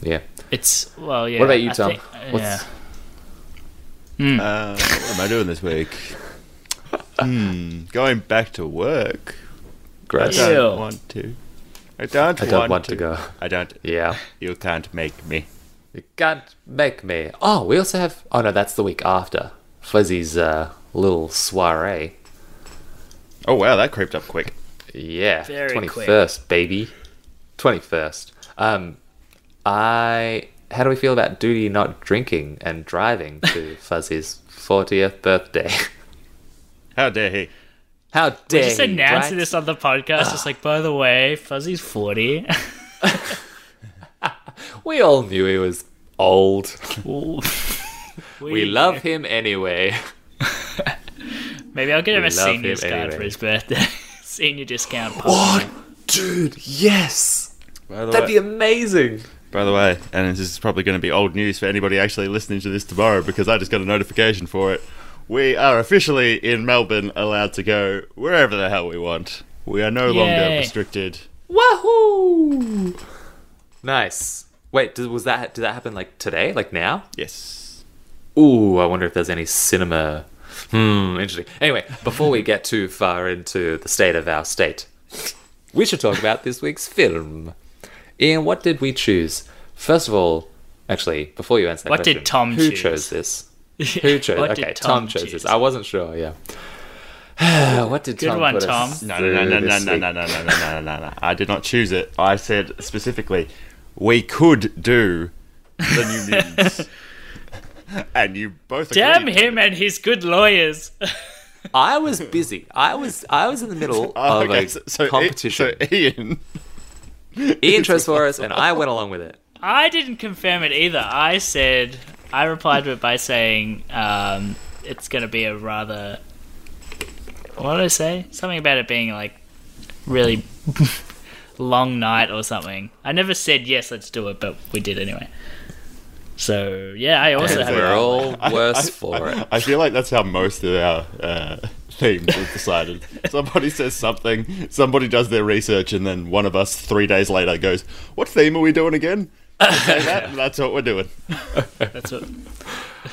Speaker 2: Yeah.
Speaker 3: It's well, yeah.
Speaker 2: what about you,
Speaker 3: I
Speaker 2: Tom?
Speaker 3: think-
Speaker 2: What's-
Speaker 3: yeah,
Speaker 1: Uh, what am I doing this week? Hmm, going back to work. I
Speaker 2: Gross.
Speaker 3: Yeah.
Speaker 1: don't
Speaker 3: Ew.
Speaker 1: want to. I don't,
Speaker 2: I don't want to go.
Speaker 1: I don't.
Speaker 2: Yeah.
Speaker 1: You can't make me.
Speaker 2: You can't make me. Oh, we also have. Oh no, that's the week after Fuzzy's uh, little soiree.
Speaker 1: Oh wow, that crept up quick.
Speaker 2: Yeah,
Speaker 3: Very
Speaker 2: twenty
Speaker 3: quick.
Speaker 2: first, baby. Twenty first. Um, I. How do we feel about duty not drinking and driving to Fuzzy's fortieth birthday?
Speaker 1: How dare he?
Speaker 2: How dare
Speaker 3: just
Speaker 2: he,
Speaker 3: announcing
Speaker 2: right?
Speaker 3: this on the podcast. It's like, by the way, Fuzzy's forty.
Speaker 2: We all knew he was old.
Speaker 3: Ooh.
Speaker 2: We love him anyway.
Speaker 3: Maybe I'll get him
Speaker 2: we
Speaker 3: a
Speaker 2: love him
Speaker 3: senior's card for
Speaker 2: anyway.
Speaker 3: his birthday. Senior discount.
Speaker 2: What, dude? Yes,
Speaker 1: By the,
Speaker 2: that'd
Speaker 1: way,
Speaker 2: be amazing.
Speaker 1: by the way, and this is probably going to be old news for anybody actually listening to this tomorrow because I just got a notification for it. We are officially in Melbourne, allowed to go wherever the hell we want. We are no longer
Speaker 3: Yay.
Speaker 1: restricted.
Speaker 2: Wahoo! Nice. Wait, did, was that did that happen like today? Like now?
Speaker 1: Yes.
Speaker 2: Ooh, I wonder if there's any cinema. Hmm, interesting. Anyway, before we get too far into the state of our state, we should talk about this week's film. Ian, what did we choose? First of all, actually, before you answer that
Speaker 3: What did
Speaker 2: question,
Speaker 3: Tom
Speaker 2: who
Speaker 3: choose?
Speaker 2: chose this? Who
Speaker 3: Who
Speaker 2: chose? okay, Tom, chose this. I wasn't sure. Yeah. what did
Speaker 3: Good
Speaker 2: Tom
Speaker 3: one,
Speaker 2: put
Speaker 3: Tom.
Speaker 2: us
Speaker 1: No, no, no, no,
Speaker 2: through
Speaker 1: no,
Speaker 2: this
Speaker 1: no,
Speaker 2: week?
Speaker 1: no, no, no, no, no, no, no. I did not choose it. I said specifically, we could do the new mutants. and you both
Speaker 3: Damn
Speaker 1: agreed.
Speaker 3: him and his good lawyers.
Speaker 2: I was busy. I was I was in the middle
Speaker 1: Oh,
Speaker 2: of
Speaker 1: okay,
Speaker 2: a
Speaker 1: so, so I-
Speaker 2: competition.
Speaker 1: so Ian,
Speaker 2: Ian chose for us, and I went along with it.
Speaker 3: I didn't confirm it either. I said I replied to it by saying um, it's going to be a rather what did I say? Something about it being like really long night or something. I never said yes, let's do it, but we did anyway. So yeah, I also
Speaker 2: And
Speaker 3: had
Speaker 2: we're
Speaker 3: a
Speaker 2: all worse for
Speaker 1: I,
Speaker 2: it.
Speaker 1: I feel like that's how most of our uh, themes were decided. somebody says something, somebody does their research, and then one of us three days later goes, "What theme are we doing again?" Okay, that, and that's what we're doing.
Speaker 3: that's what,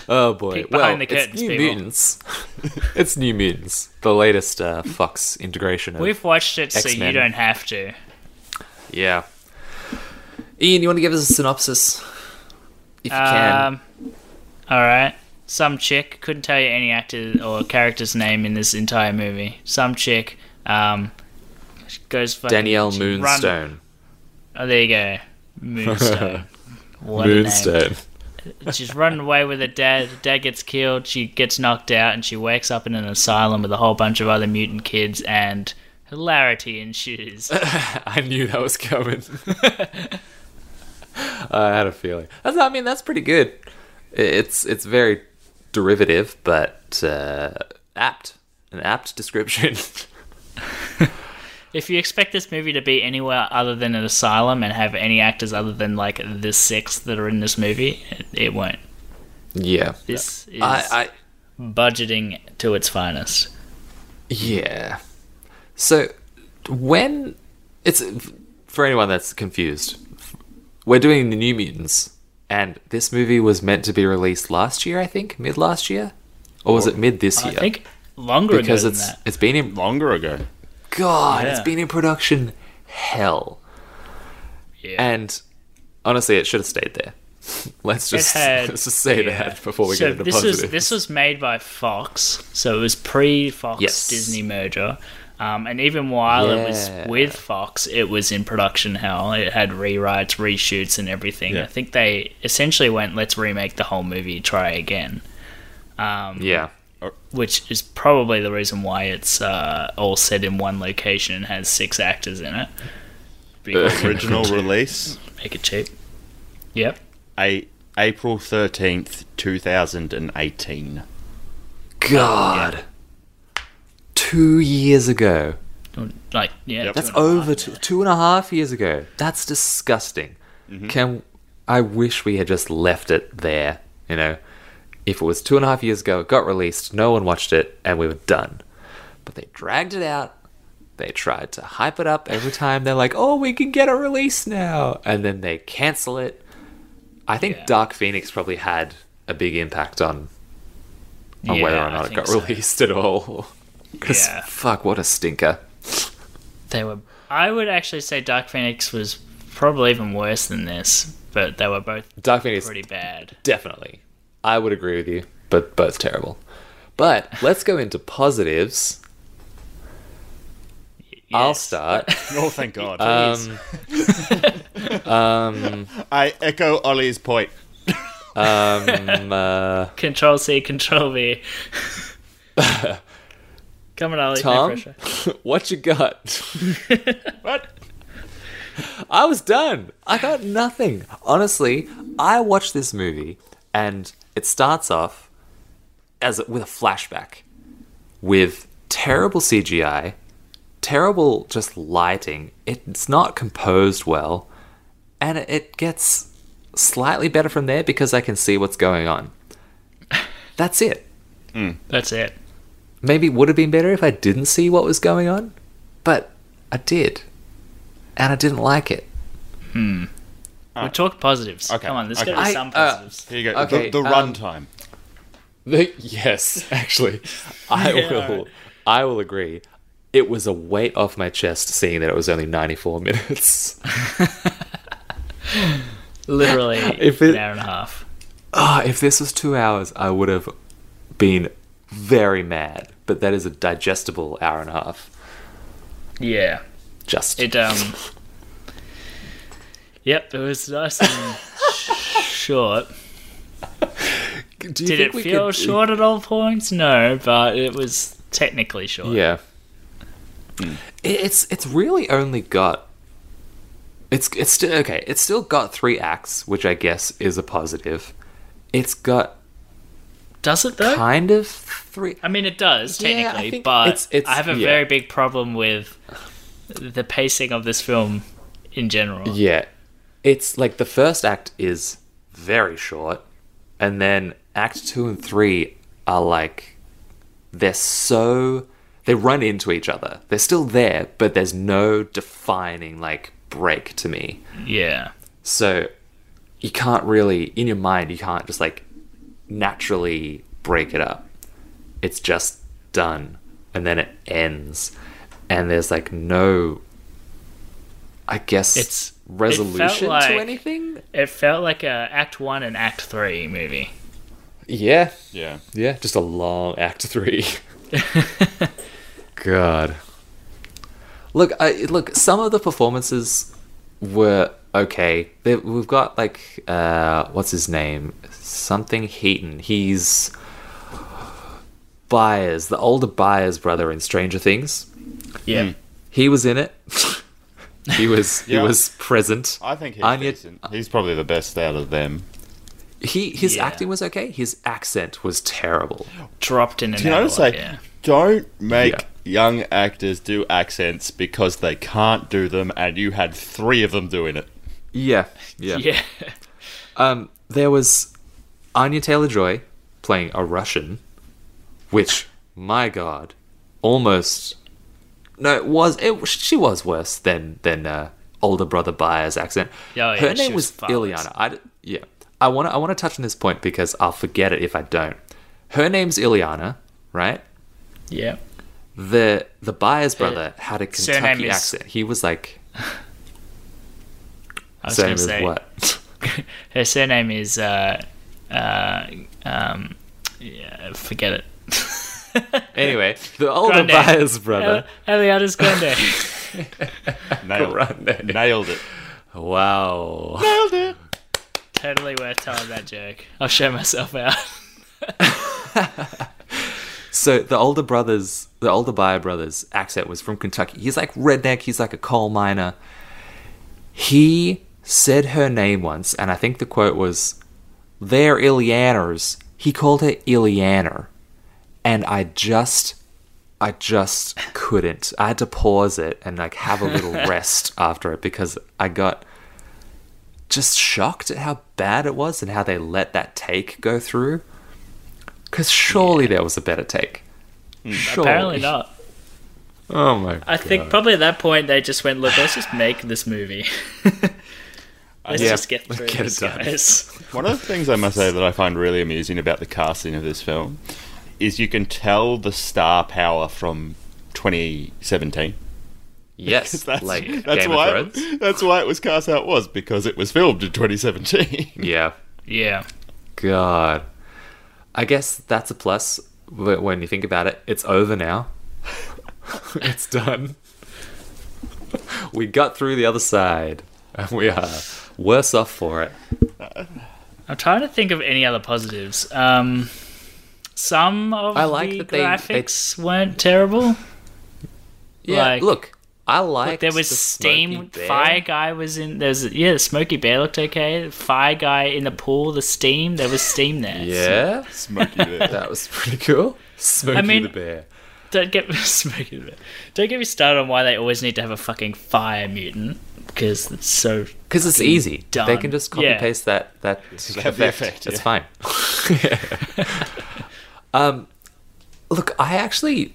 Speaker 2: Oh boy!
Speaker 3: Peek
Speaker 2: Well,
Speaker 3: behind the
Speaker 2: it's
Speaker 3: curtains,
Speaker 2: New
Speaker 3: people.
Speaker 2: Mutants. it's New Mutants, the latest uh, Fox integration. Of,
Speaker 3: we've watched it, so you
Speaker 2: X-Men.
Speaker 3: don't have to.
Speaker 2: yeah. Ian, you want to give us a synopsis, if you can?
Speaker 3: Um, all right. Some chick couldn't tell you any actor or character's name in this entire movie. Some chick um, she goes fucking,
Speaker 2: Danielle
Speaker 3: she run-
Speaker 2: Moonstone.
Speaker 3: oh, there you go, Moonstone. What a name. She's running away with her dad. Her dad gets killed. She gets knocked out, and she wakes up in an asylum with a whole bunch of other mutant kids, and hilarity ensues.
Speaker 2: I knew that was coming. I had a feeling. That's, I mean, that's pretty good. It's it's very derivative, but uh, apt. An apt description.
Speaker 3: If you expect this movie to be anywhere other than an asylum and have any actors other than like the six that are in this movie, it, it won't.
Speaker 2: yeah.
Speaker 3: This is
Speaker 2: I, I
Speaker 3: budgeting to its finest.
Speaker 2: Yeah. So when it's for anyone that's confused, we're doing the New Mutants, and this movie was meant to be released last year, I think, mid last year, or was it mid this
Speaker 3: I
Speaker 2: year?
Speaker 3: think longer
Speaker 2: because
Speaker 3: ago than
Speaker 2: it's
Speaker 3: that.
Speaker 2: it's been in
Speaker 1: Longer ago.
Speaker 2: God, it's
Speaker 3: Yeah.
Speaker 2: been in production hell,
Speaker 3: Yeah.
Speaker 2: and honestly, it should have stayed there. Let's
Speaker 3: It
Speaker 2: just
Speaker 3: had-
Speaker 2: let's just say
Speaker 3: yeah.
Speaker 2: that before we
Speaker 3: so
Speaker 2: get into
Speaker 3: this
Speaker 2: positives.
Speaker 3: Was, this was made by Fox, so it was pre Fox
Speaker 2: Yes.
Speaker 3: Disney merger. Um, and even while it was
Speaker 2: Yeah.
Speaker 3: with Fox, it was in production hell. It had rewrites, reshoots, and everything.
Speaker 1: Yeah.
Speaker 3: I think they essentially went, let's remake the whole movie, try again. Um,
Speaker 2: yeah,
Speaker 3: Which is probably the reason why it's uh, all set in one location and has six actors in it. Because
Speaker 1: Original release
Speaker 3: make it cheap. Yep.
Speaker 1: a April thirteenth, two thousand and eighteen.
Speaker 2: God, two years ago.
Speaker 3: Like, yeah.
Speaker 1: Yep.
Speaker 3: two
Speaker 2: That's
Speaker 3: and a half,
Speaker 2: over
Speaker 3: yeah.
Speaker 2: two, two and a half years ago. That's disgusting.
Speaker 3: Mm-hmm.
Speaker 2: Can I wish we had just left it there? You know, if it was two and a half years ago, it got released, no one watched it, and we were done. But they dragged it out. They tried to hype it up every time. They're like, "Oh, we can get a release now," and then they cancel it. I think
Speaker 3: Yeah.
Speaker 2: Dark Phoenix probably had a big impact on on whether
Speaker 3: Yeah,
Speaker 2: or
Speaker 3: I
Speaker 2: not it
Speaker 3: think
Speaker 2: got
Speaker 3: so.
Speaker 2: released at all. 'Cause
Speaker 3: Yeah.
Speaker 2: fuck, what a stinker.
Speaker 3: They were. I would actually say Dark Phoenix was probably even worse than this, but they were both
Speaker 2: Dark Phoenix
Speaker 3: pretty bad.
Speaker 2: Definitely. I would agree with you, but both terrible. But let's go into positives. I'll
Speaker 3: Yes.
Speaker 2: start.
Speaker 1: Oh, thank God.
Speaker 2: Um,
Speaker 1: I echo Ollie's point.
Speaker 2: um, uh,
Speaker 3: Control C, Control V. Come on, Ollie. No
Speaker 2: Tom,
Speaker 3: pressure.
Speaker 2: what you got?
Speaker 1: What?
Speaker 2: I was done. I got nothing. Honestly, I watched this movie and it starts off as with a flashback with terrible CGI, terrible just lighting. It's not composed well, and it gets slightly better from there because I can see what's going on. That's it.
Speaker 3: That's it.
Speaker 2: Maybe it would have been better if I didn't see what was going on, but I did. And I didn't like it. Uh,
Speaker 3: we talk positives.
Speaker 1: Okay,
Speaker 3: Come on, there's
Speaker 1: okay.
Speaker 3: got to
Speaker 2: I-
Speaker 3: be some
Speaker 2: uh,
Speaker 3: positives.
Speaker 1: Here you go.
Speaker 2: Okay,
Speaker 1: the the
Speaker 2: um,
Speaker 1: runtime.
Speaker 2: The, yes, actually, I
Speaker 3: Yeah.
Speaker 2: will. I will agree. It was a weight off my chest seeing that it was only ninety-four minutes.
Speaker 3: Literally
Speaker 2: If it-
Speaker 3: an hour and a half.
Speaker 2: Ah, if this was two hours, I would have been very mad. But that is a digestible hour and a half.
Speaker 3: Yeah.
Speaker 2: Just
Speaker 3: It um. yep, it was nice and short.
Speaker 2: Do you
Speaker 3: Did
Speaker 2: think
Speaker 3: it
Speaker 2: we
Speaker 3: feel
Speaker 2: could-
Speaker 3: short at all points? No, but it was technically short.
Speaker 2: Yeah. It, it's it's really only got. It's it's still okay. It's still got three acts, which I guess is a positive. It's got
Speaker 3: Does it though?
Speaker 2: kind of three.
Speaker 3: I mean, it does
Speaker 2: Yeah, I
Speaker 3: technically,
Speaker 2: think
Speaker 3: but
Speaker 2: it's- it's-
Speaker 3: I have a
Speaker 2: yeah.
Speaker 3: very big problem with the pacing of this film in general.
Speaker 2: Yeah. It's like the first act is very short, and then act two and three are like they're so they run into each other. They're still there, but there's no defining like break to me.
Speaker 3: Yeah,
Speaker 2: So you can't really in your mind you can't just like naturally break it up. It's just done and then it ends and there's like no I guess
Speaker 3: It's- it felt
Speaker 2: resolution
Speaker 3: like-
Speaker 2: to anything.
Speaker 3: it felt like a Act One and Act Three movie.
Speaker 2: Yeah.
Speaker 1: Yeah.
Speaker 2: Yeah, just a long act 3. Hmm. God. Look, I look, some of the performances were okay. They, we've got like uh, what's his name? Something Heaton. He's Byers, the older Byers brother in Stranger Things.
Speaker 3: Yeah.
Speaker 2: He was in it. he was
Speaker 1: Yeah.
Speaker 2: he was present.
Speaker 1: I think he's
Speaker 2: Anya-
Speaker 1: decent. He's probably the best out of them.
Speaker 2: He his
Speaker 3: Yeah.
Speaker 2: acting was okay. His accent was terrible.
Speaker 3: Dropped in and
Speaker 1: Can
Speaker 3: out.
Speaker 1: I
Speaker 3: a
Speaker 1: just
Speaker 3: lot,
Speaker 1: say,
Speaker 3: yeah.
Speaker 1: don't make
Speaker 2: Yeah.
Speaker 1: young actors do accents because they can't do them, and you had three of them doing it.
Speaker 2: Yeah, yeah.
Speaker 3: Yeah.
Speaker 2: Um, there was Anya Taylor Joy playing a Russian, which my god, almost no, it was it she was worse than than uh, older brother Byers accent.
Speaker 3: Yeah, oh, yeah,
Speaker 2: Her
Speaker 3: she
Speaker 2: name
Speaker 3: was
Speaker 2: was,
Speaker 3: far worse.
Speaker 2: Ilyana. I d- yeah, I want to I want to touch on this point because I'll forget it if I don't. Her name's Ilyana, right?
Speaker 3: Yeah.
Speaker 2: The the Byers brother had a
Speaker 3: surname
Speaker 2: Kentucky
Speaker 3: is-
Speaker 2: accent. He was like
Speaker 3: I was
Speaker 2: surname
Speaker 3: going to
Speaker 2: is
Speaker 3: say.
Speaker 2: what?
Speaker 3: Her surname is, uh, uh, um, yeah, forget it.
Speaker 2: anyway, the older
Speaker 3: Grande.
Speaker 2: Byers brother.
Speaker 3: Eliana's Grande.
Speaker 1: Nailed it.
Speaker 2: Grande.
Speaker 1: Nailed it.
Speaker 2: Wow.
Speaker 1: Nailed it.
Speaker 3: totally worth telling that joke. I'll show myself out.
Speaker 2: So the older brothers, the older Bayer brothers, accent was from Kentucky. He's like redneck. He's like a coal miner. He said her name once, and I think the quote was, "They're Ilianers." He called her Ilianer, and I just, I just couldn't. I had to pause it and like have a little rest after it because I got just shocked at how bad it was and how they let that take go through. Because surely there was a better take. Surely.
Speaker 3: Hmm, Apparently not.
Speaker 2: Oh my!
Speaker 3: I think probably at that point they just went, look, let's just make this movie. let's
Speaker 2: Yeah,
Speaker 3: just get
Speaker 2: let's
Speaker 3: through
Speaker 2: get it
Speaker 3: this,
Speaker 2: done.
Speaker 3: guys.
Speaker 1: One of the things I must say that I find really amusing about the casting of this film is you can tell the star power from 2017.
Speaker 2: yes,
Speaker 1: That's,
Speaker 2: like
Speaker 1: that's
Speaker 2: Game
Speaker 1: why
Speaker 2: of Thrones.
Speaker 1: that's why it was cast out was because it was filmed in 2017.
Speaker 2: Yeah,
Speaker 3: Yeah.
Speaker 2: God. I guess that's a plus wh- when you think about it. It's over now. it's done. we got through the other side, and we are worse off for it.
Speaker 3: I'm trying to think of any other positives. Um, some of
Speaker 2: I like
Speaker 3: the
Speaker 2: that they- they-
Speaker 3: graphics weren't terrible.
Speaker 2: Yeah,
Speaker 3: Like-
Speaker 2: look, I like
Speaker 3: There was
Speaker 2: the
Speaker 3: steam.
Speaker 2: Smoky Bear.
Speaker 3: Fire guy was in. There's yeah, the Smoky Bear looked okay. Fire guy in the pool. The steam. There was steam there.
Speaker 2: Yeah,
Speaker 1: Smokey there.
Speaker 2: that was pretty cool. Smokey
Speaker 3: mean-
Speaker 2: the Bear.
Speaker 3: Don't get me Smoky Bear. Don't get me started on why they always need to have a fucking fire mutant because it's so
Speaker 2: Because it's easy.
Speaker 3: done.
Speaker 2: They can just copy
Speaker 3: Yeah.
Speaker 2: paste that that
Speaker 1: have the effect,
Speaker 2: It's
Speaker 1: yeah.
Speaker 2: fine. um, look, I actually,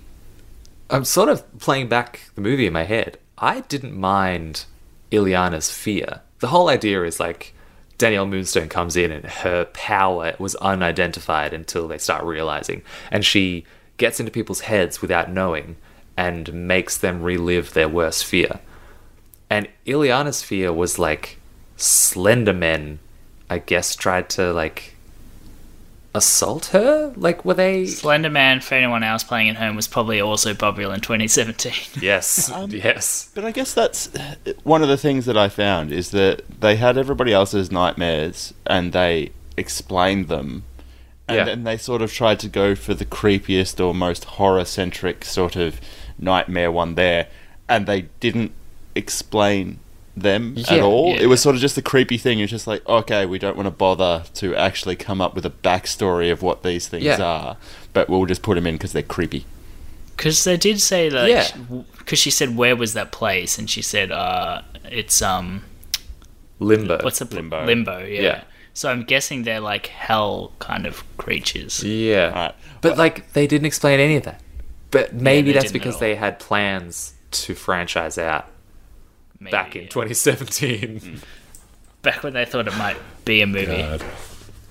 Speaker 2: I'm sort of playing back the movie in my head. I didn't mind Ileana's fear. The whole idea is like Danielle Moonstone comes in and her power was unidentified until they start realizing, and she gets into people's heads without knowing and makes them relive their worst fear. And Ileana's fear was like Slender Men, I guess, tried to like assault her? Like, were they.
Speaker 3: Slender Man, for anyone else playing at home, was probably also popular in 2017.
Speaker 2: Yes, yes.
Speaker 1: But I guess that's one of the things that I found is that they had everybody else's nightmares and they explained them. And
Speaker 2: Yeah.
Speaker 1: then they sort of tried to go for the creepiest or most horror centric sort of nightmare one there. And they didn't explain them at
Speaker 2: Yeah,
Speaker 1: all.
Speaker 3: yeah.
Speaker 1: It was sort of just the creepy thing. It was just like, okay, we don't want to bother to actually come up with a backstory of what these things
Speaker 2: Yeah.
Speaker 1: are, but we'll just put them in because they're creepy.
Speaker 3: Because they did say that.
Speaker 2: Yeah.
Speaker 3: Because she said, "Where was that place?" and she said, "Uh, it's um,
Speaker 2: Limbo.
Speaker 3: what's the
Speaker 1: Limbo.
Speaker 3: Limbo, yeah.
Speaker 2: Yeah.
Speaker 3: So I'm guessing they're like hell kind of creatures.
Speaker 2: Yeah.
Speaker 1: All right.
Speaker 2: But, like, they didn't explain any of that. But maybe
Speaker 3: they
Speaker 2: that's
Speaker 3: didn't at
Speaker 2: because
Speaker 3: all.
Speaker 2: they had plans to franchise out
Speaker 3: Maybe. Hmm.
Speaker 2: back in 2017.
Speaker 3: back when they thought it might be a movie.
Speaker 1: One,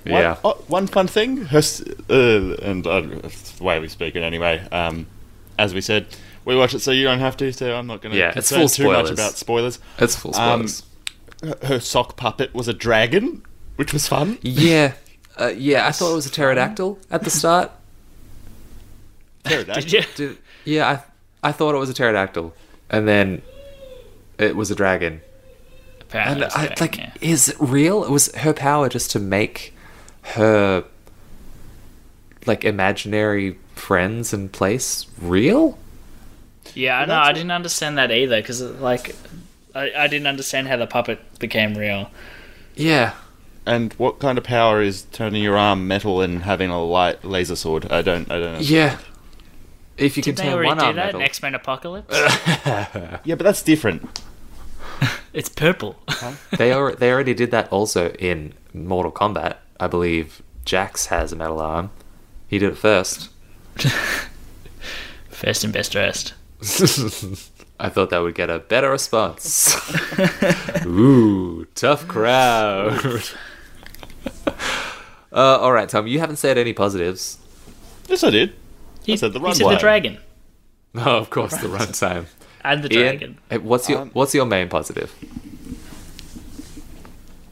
Speaker 2: Yeah.
Speaker 1: oh, one fun thing, her, s- uh, and uh, that's the way we speak it anyway. Um, as we said, we watch it so you don't have to. So I'm not going to
Speaker 2: Yeah, it's
Speaker 1: concern
Speaker 2: full
Speaker 1: too much
Speaker 2: spoilers.
Speaker 1: about spoilers.
Speaker 2: That's full
Speaker 1: Um,
Speaker 2: spoilers.
Speaker 1: Her- Her sock puppet was a dragon, which was fun.
Speaker 2: yeah. Uh, yeah, I thought it was a pterodactyl at the start.
Speaker 1: Pterodactyl.
Speaker 3: Did you?
Speaker 2: Dude, yeah, I I thought it was a pterodactyl, and then it was a dragon,
Speaker 3: power.
Speaker 2: And
Speaker 3: is
Speaker 2: I,
Speaker 3: the thing,
Speaker 2: like,
Speaker 3: yeah.
Speaker 2: is it real? It was her power just to make her like imaginary friends and place real.
Speaker 3: Yeah, I know. I didn't understand that either because, like, I, I didn't understand how the puppet became real.
Speaker 2: Yeah,
Speaker 1: And what kind of power is turning your arm metal and having a light laser sword? I don't, I don't know.
Speaker 2: yeah. If you
Speaker 3: Did
Speaker 2: can
Speaker 3: they
Speaker 2: turn one
Speaker 3: already do
Speaker 2: arm
Speaker 3: that in
Speaker 2: metal,
Speaker 3: X Men Apocalypse?
Speaker 1: Yeah, but that's different.
Speaker 3: it's purple.
Speaker 2: they are, they already did that also in Mortal Kombat. I believe Jax has a metal arm. He did it first.
Speaker 3: First and best dressed.
Speaker 2: I thought that would get a better response. Ooh, tough crowd. uh, all right, Tom, you haven't said any positives.
Speaker 1: Yes, I did.
Speaker 3: He,
Speaker 1: said the
Speaker 3: he said the
Speaker 1: runway.
Speaker 3: dragon
Speaker 2: Oh, of course, the runtime.
Speaker 3: and the
Speaker 2: Ian,
Speaker 3: dragon.
Speaker 2: eh, what's your
Speaker 1: Um,
Speaker 2: what's your main positive?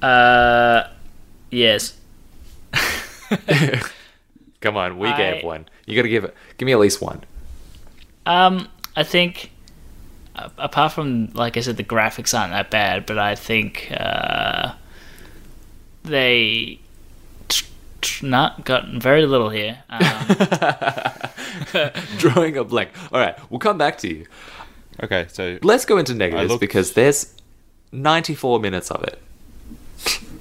Speaker 3: Uh, yes.
Speaker 2: Come on, we
Speaker 3: I-
Speaker 2: gave one. You got to give it. Give me at least one.
Speaker 3: Um, I think a- apart from like I said, the graphics aren't that bad, but I think uh, they t- t- not got very little here. Um,
Speaker 2: Drawing a blank. All right, we'll come back to you.
Speaker 1: Okay, so
Speaker 2: Let's go into negatives
Speaker 1: looked-
Speaker 2: because there's 94 minutes of it.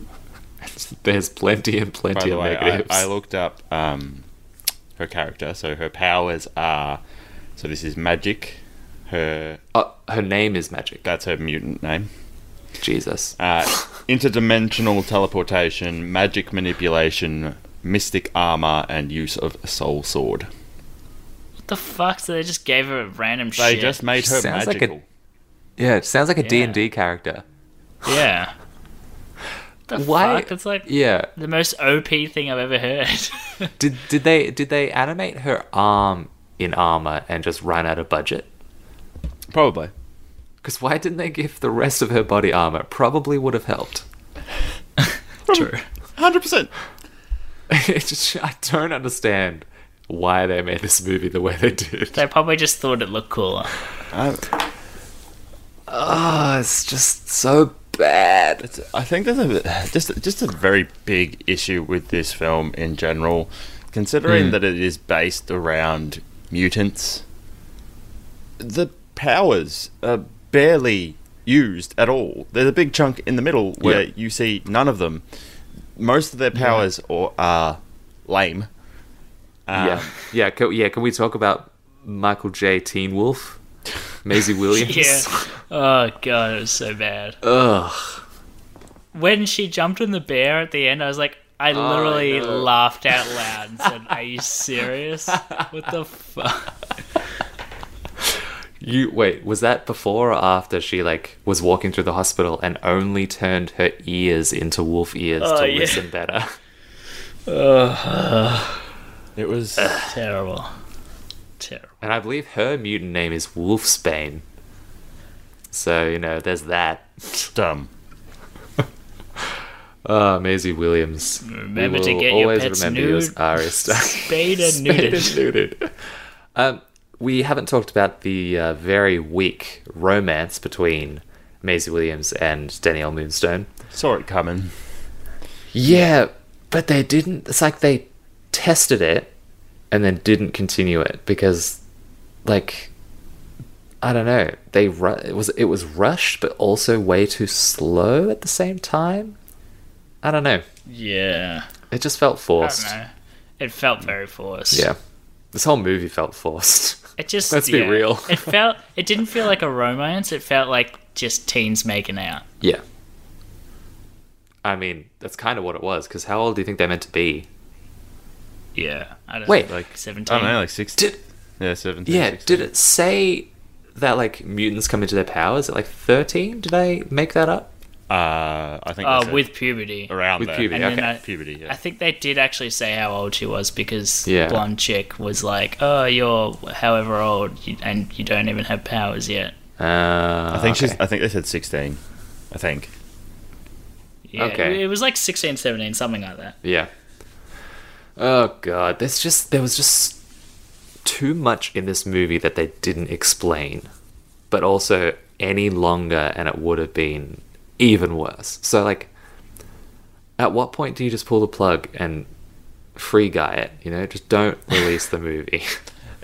Speaker 2: there's plenty and
Speaker 1: by
Speaker 2: plenty
Speaker 1: the
Speaker 2: of
Speaker 1: way, I,
Speaker 2: negatives.
Speaker 1: I looked up um, her character. So her powers are. So this is magic. Her
Speaker 2: Oh, her name is magic.
Speaker 1: that's her mutant name.
Speaker 2: Jesus.
Speaker 1: Uh, interdimensional teleportation, magic manipulation, mystic armor, and use of soul sword.
Speaker 3: what the fuck? So they just gave her a random
Speaker 1: They
Speaker 3: shit.
Speaker 1: just made her
Speaker 2: Sounds like a-
Speaker 1: magical.
Speaker 2: Yeah, it sounds like a
Speaker 3: Yeah.
Speaker 2: D&D character.
Speaker 3: Yeah. the
Speaker 2: Why-
Speaker 3: fuck? It's like
Speaker 2: Yeah.
Speaker 3: the most OP thing I've ever heard.
Speaker 2: Did did they did they animate her arm in armor and just run out of budget?
Speaker 1: Probably.
Speaker 2: Because why didn't they give the rest of her body armor? Probably would have helped.
Speaker 3: True.
Speaker 1: Hundred percent.
Speaker 2: It's just- I don't understand why they made this movie the way they did.
Speaker 3: They probably just thought it looked cooler.
Speaker 1: Uh,
Speaker 2: Oh, it's just so bad.
Speaker 1: It's- I think there's a just just a very big issue with this film in general, considering that it is based around mutants. The powers are barely used at all. There's a big chunk in the middle where
Speaker 2: Yeah.
Speaker 1: you see none of them. Most of their powers or are lame.
Speaker 3: Ah.
Speaker 1: Um,
Speaker 2: yeah, yeah, can, yeah. Can we talk about Michael J. Teen Wolf, Maisie Williams?
Speaker 3: Yeah. Oh god, it was so bad.
Speaker 2: Ugh.
Speaker 3: When she jumped on the bear at the end, I was like, I literally
Speaker 2: know.
Speaker 3: laughed out loud and said, "Are you serious? What the fuck?"
Speaker 2: You wait. Was that before or after she like was walking through the hospital and only turned her ears into wolf ears
Speaker 3: Oh,
Speaker 2: to
Speaker 3: yeah.
Speaker 2: listen better?
Speaker 1: It was
Speaker 3: Terrible. Terrible.
Speaker 2: And I believe her mutant name is Wolfsbane. So you know, there's that.
Speaker 1: dumb.
Speaker 2: Ah, Maisie Williams.
Speaker 3: Remember to get your pets nude.
Speaker 2: Ari Stark.
Speaker 3: Spade and
Speaker 2: Spayed and
Speaker 3: nudity.
Speaker 2: neutered. Um, we haven't talked about the uh, very weak romance between Maisie Williams and Danielle Moonstone.
Speaker 1: Saw it coming.
Speaker 2: Yeah, but they didn't. It's like they tested it and then didn't continue it because, like, I don't know. They ru- it was it was rushed, but also way too slow at the same time. I don't know.
Speaker 3: Yeah.
Speaker 2: It just felt
Speaker 3: I
Speaker 2: forced.
Speaker 3: don't know. It felt very forced.
Speaker 2: Yeah, this whole movie felt forced.
Speaker 3: It just
Speaker 2: Let's be
Speaker 3: yeah.
Speaker 2: real.
Speaker 3: it felt it didn't feel like a romance. It felt like just teens making out.
Speaker 2: Yeah. I mean, that's kind of what it was. Because how old do you think they're meant to be?
Speaker 3: Yeah. I don't
Speaker 2: Wait.
Speaker 3: know,
Speaker 1: Like,
Speaker 3: like seventeen.
Speaker 1: I don't know, like sixteen.
Speaker 2: Did
Speaker 1: yeah, seventeen.
Speaker 2: yeah?
Speaker 1: 16.
Speaker 2: Did it say that like mutants come into their powers at like thirteen? Did I make that up?
Speaker 1: Uh, I think.
Speaker 3: Oh,
Speaker 1: that's it.
Speaker 3: with puberty.
Speaker 1: around
Speaker 2: with
Speaker 1: there.
Speaker 2: puberty,
Speaker 3: And then
Speaker 2: okay.
Speaker 3: I-
Speaker 1: Puberty. Yeah.
Speaker 3: I think they did actually say how old she was because
Speaker 2: Yeah.
Speaker 3: blonde chick was like, "Oh, you're however old, you- and you don't even have powers yet."
Speaker 2: Uh,
Speaker 1: I think
Speaker 2: okay.
Speaker 1: she's. I think they said sixteen. I think.
Speaker 3: Yeah,
Speaker 2: Okay.
Speaker 3: It, it was like 16, 17, something like that.
Speaker 2: Yeah. Oh god, there's just there was just too much in this movie that they didn't explain, but also any longer and it would have been even worse. So like, at what point do you just pull the plug and free guy it? You know, just don't release the movie.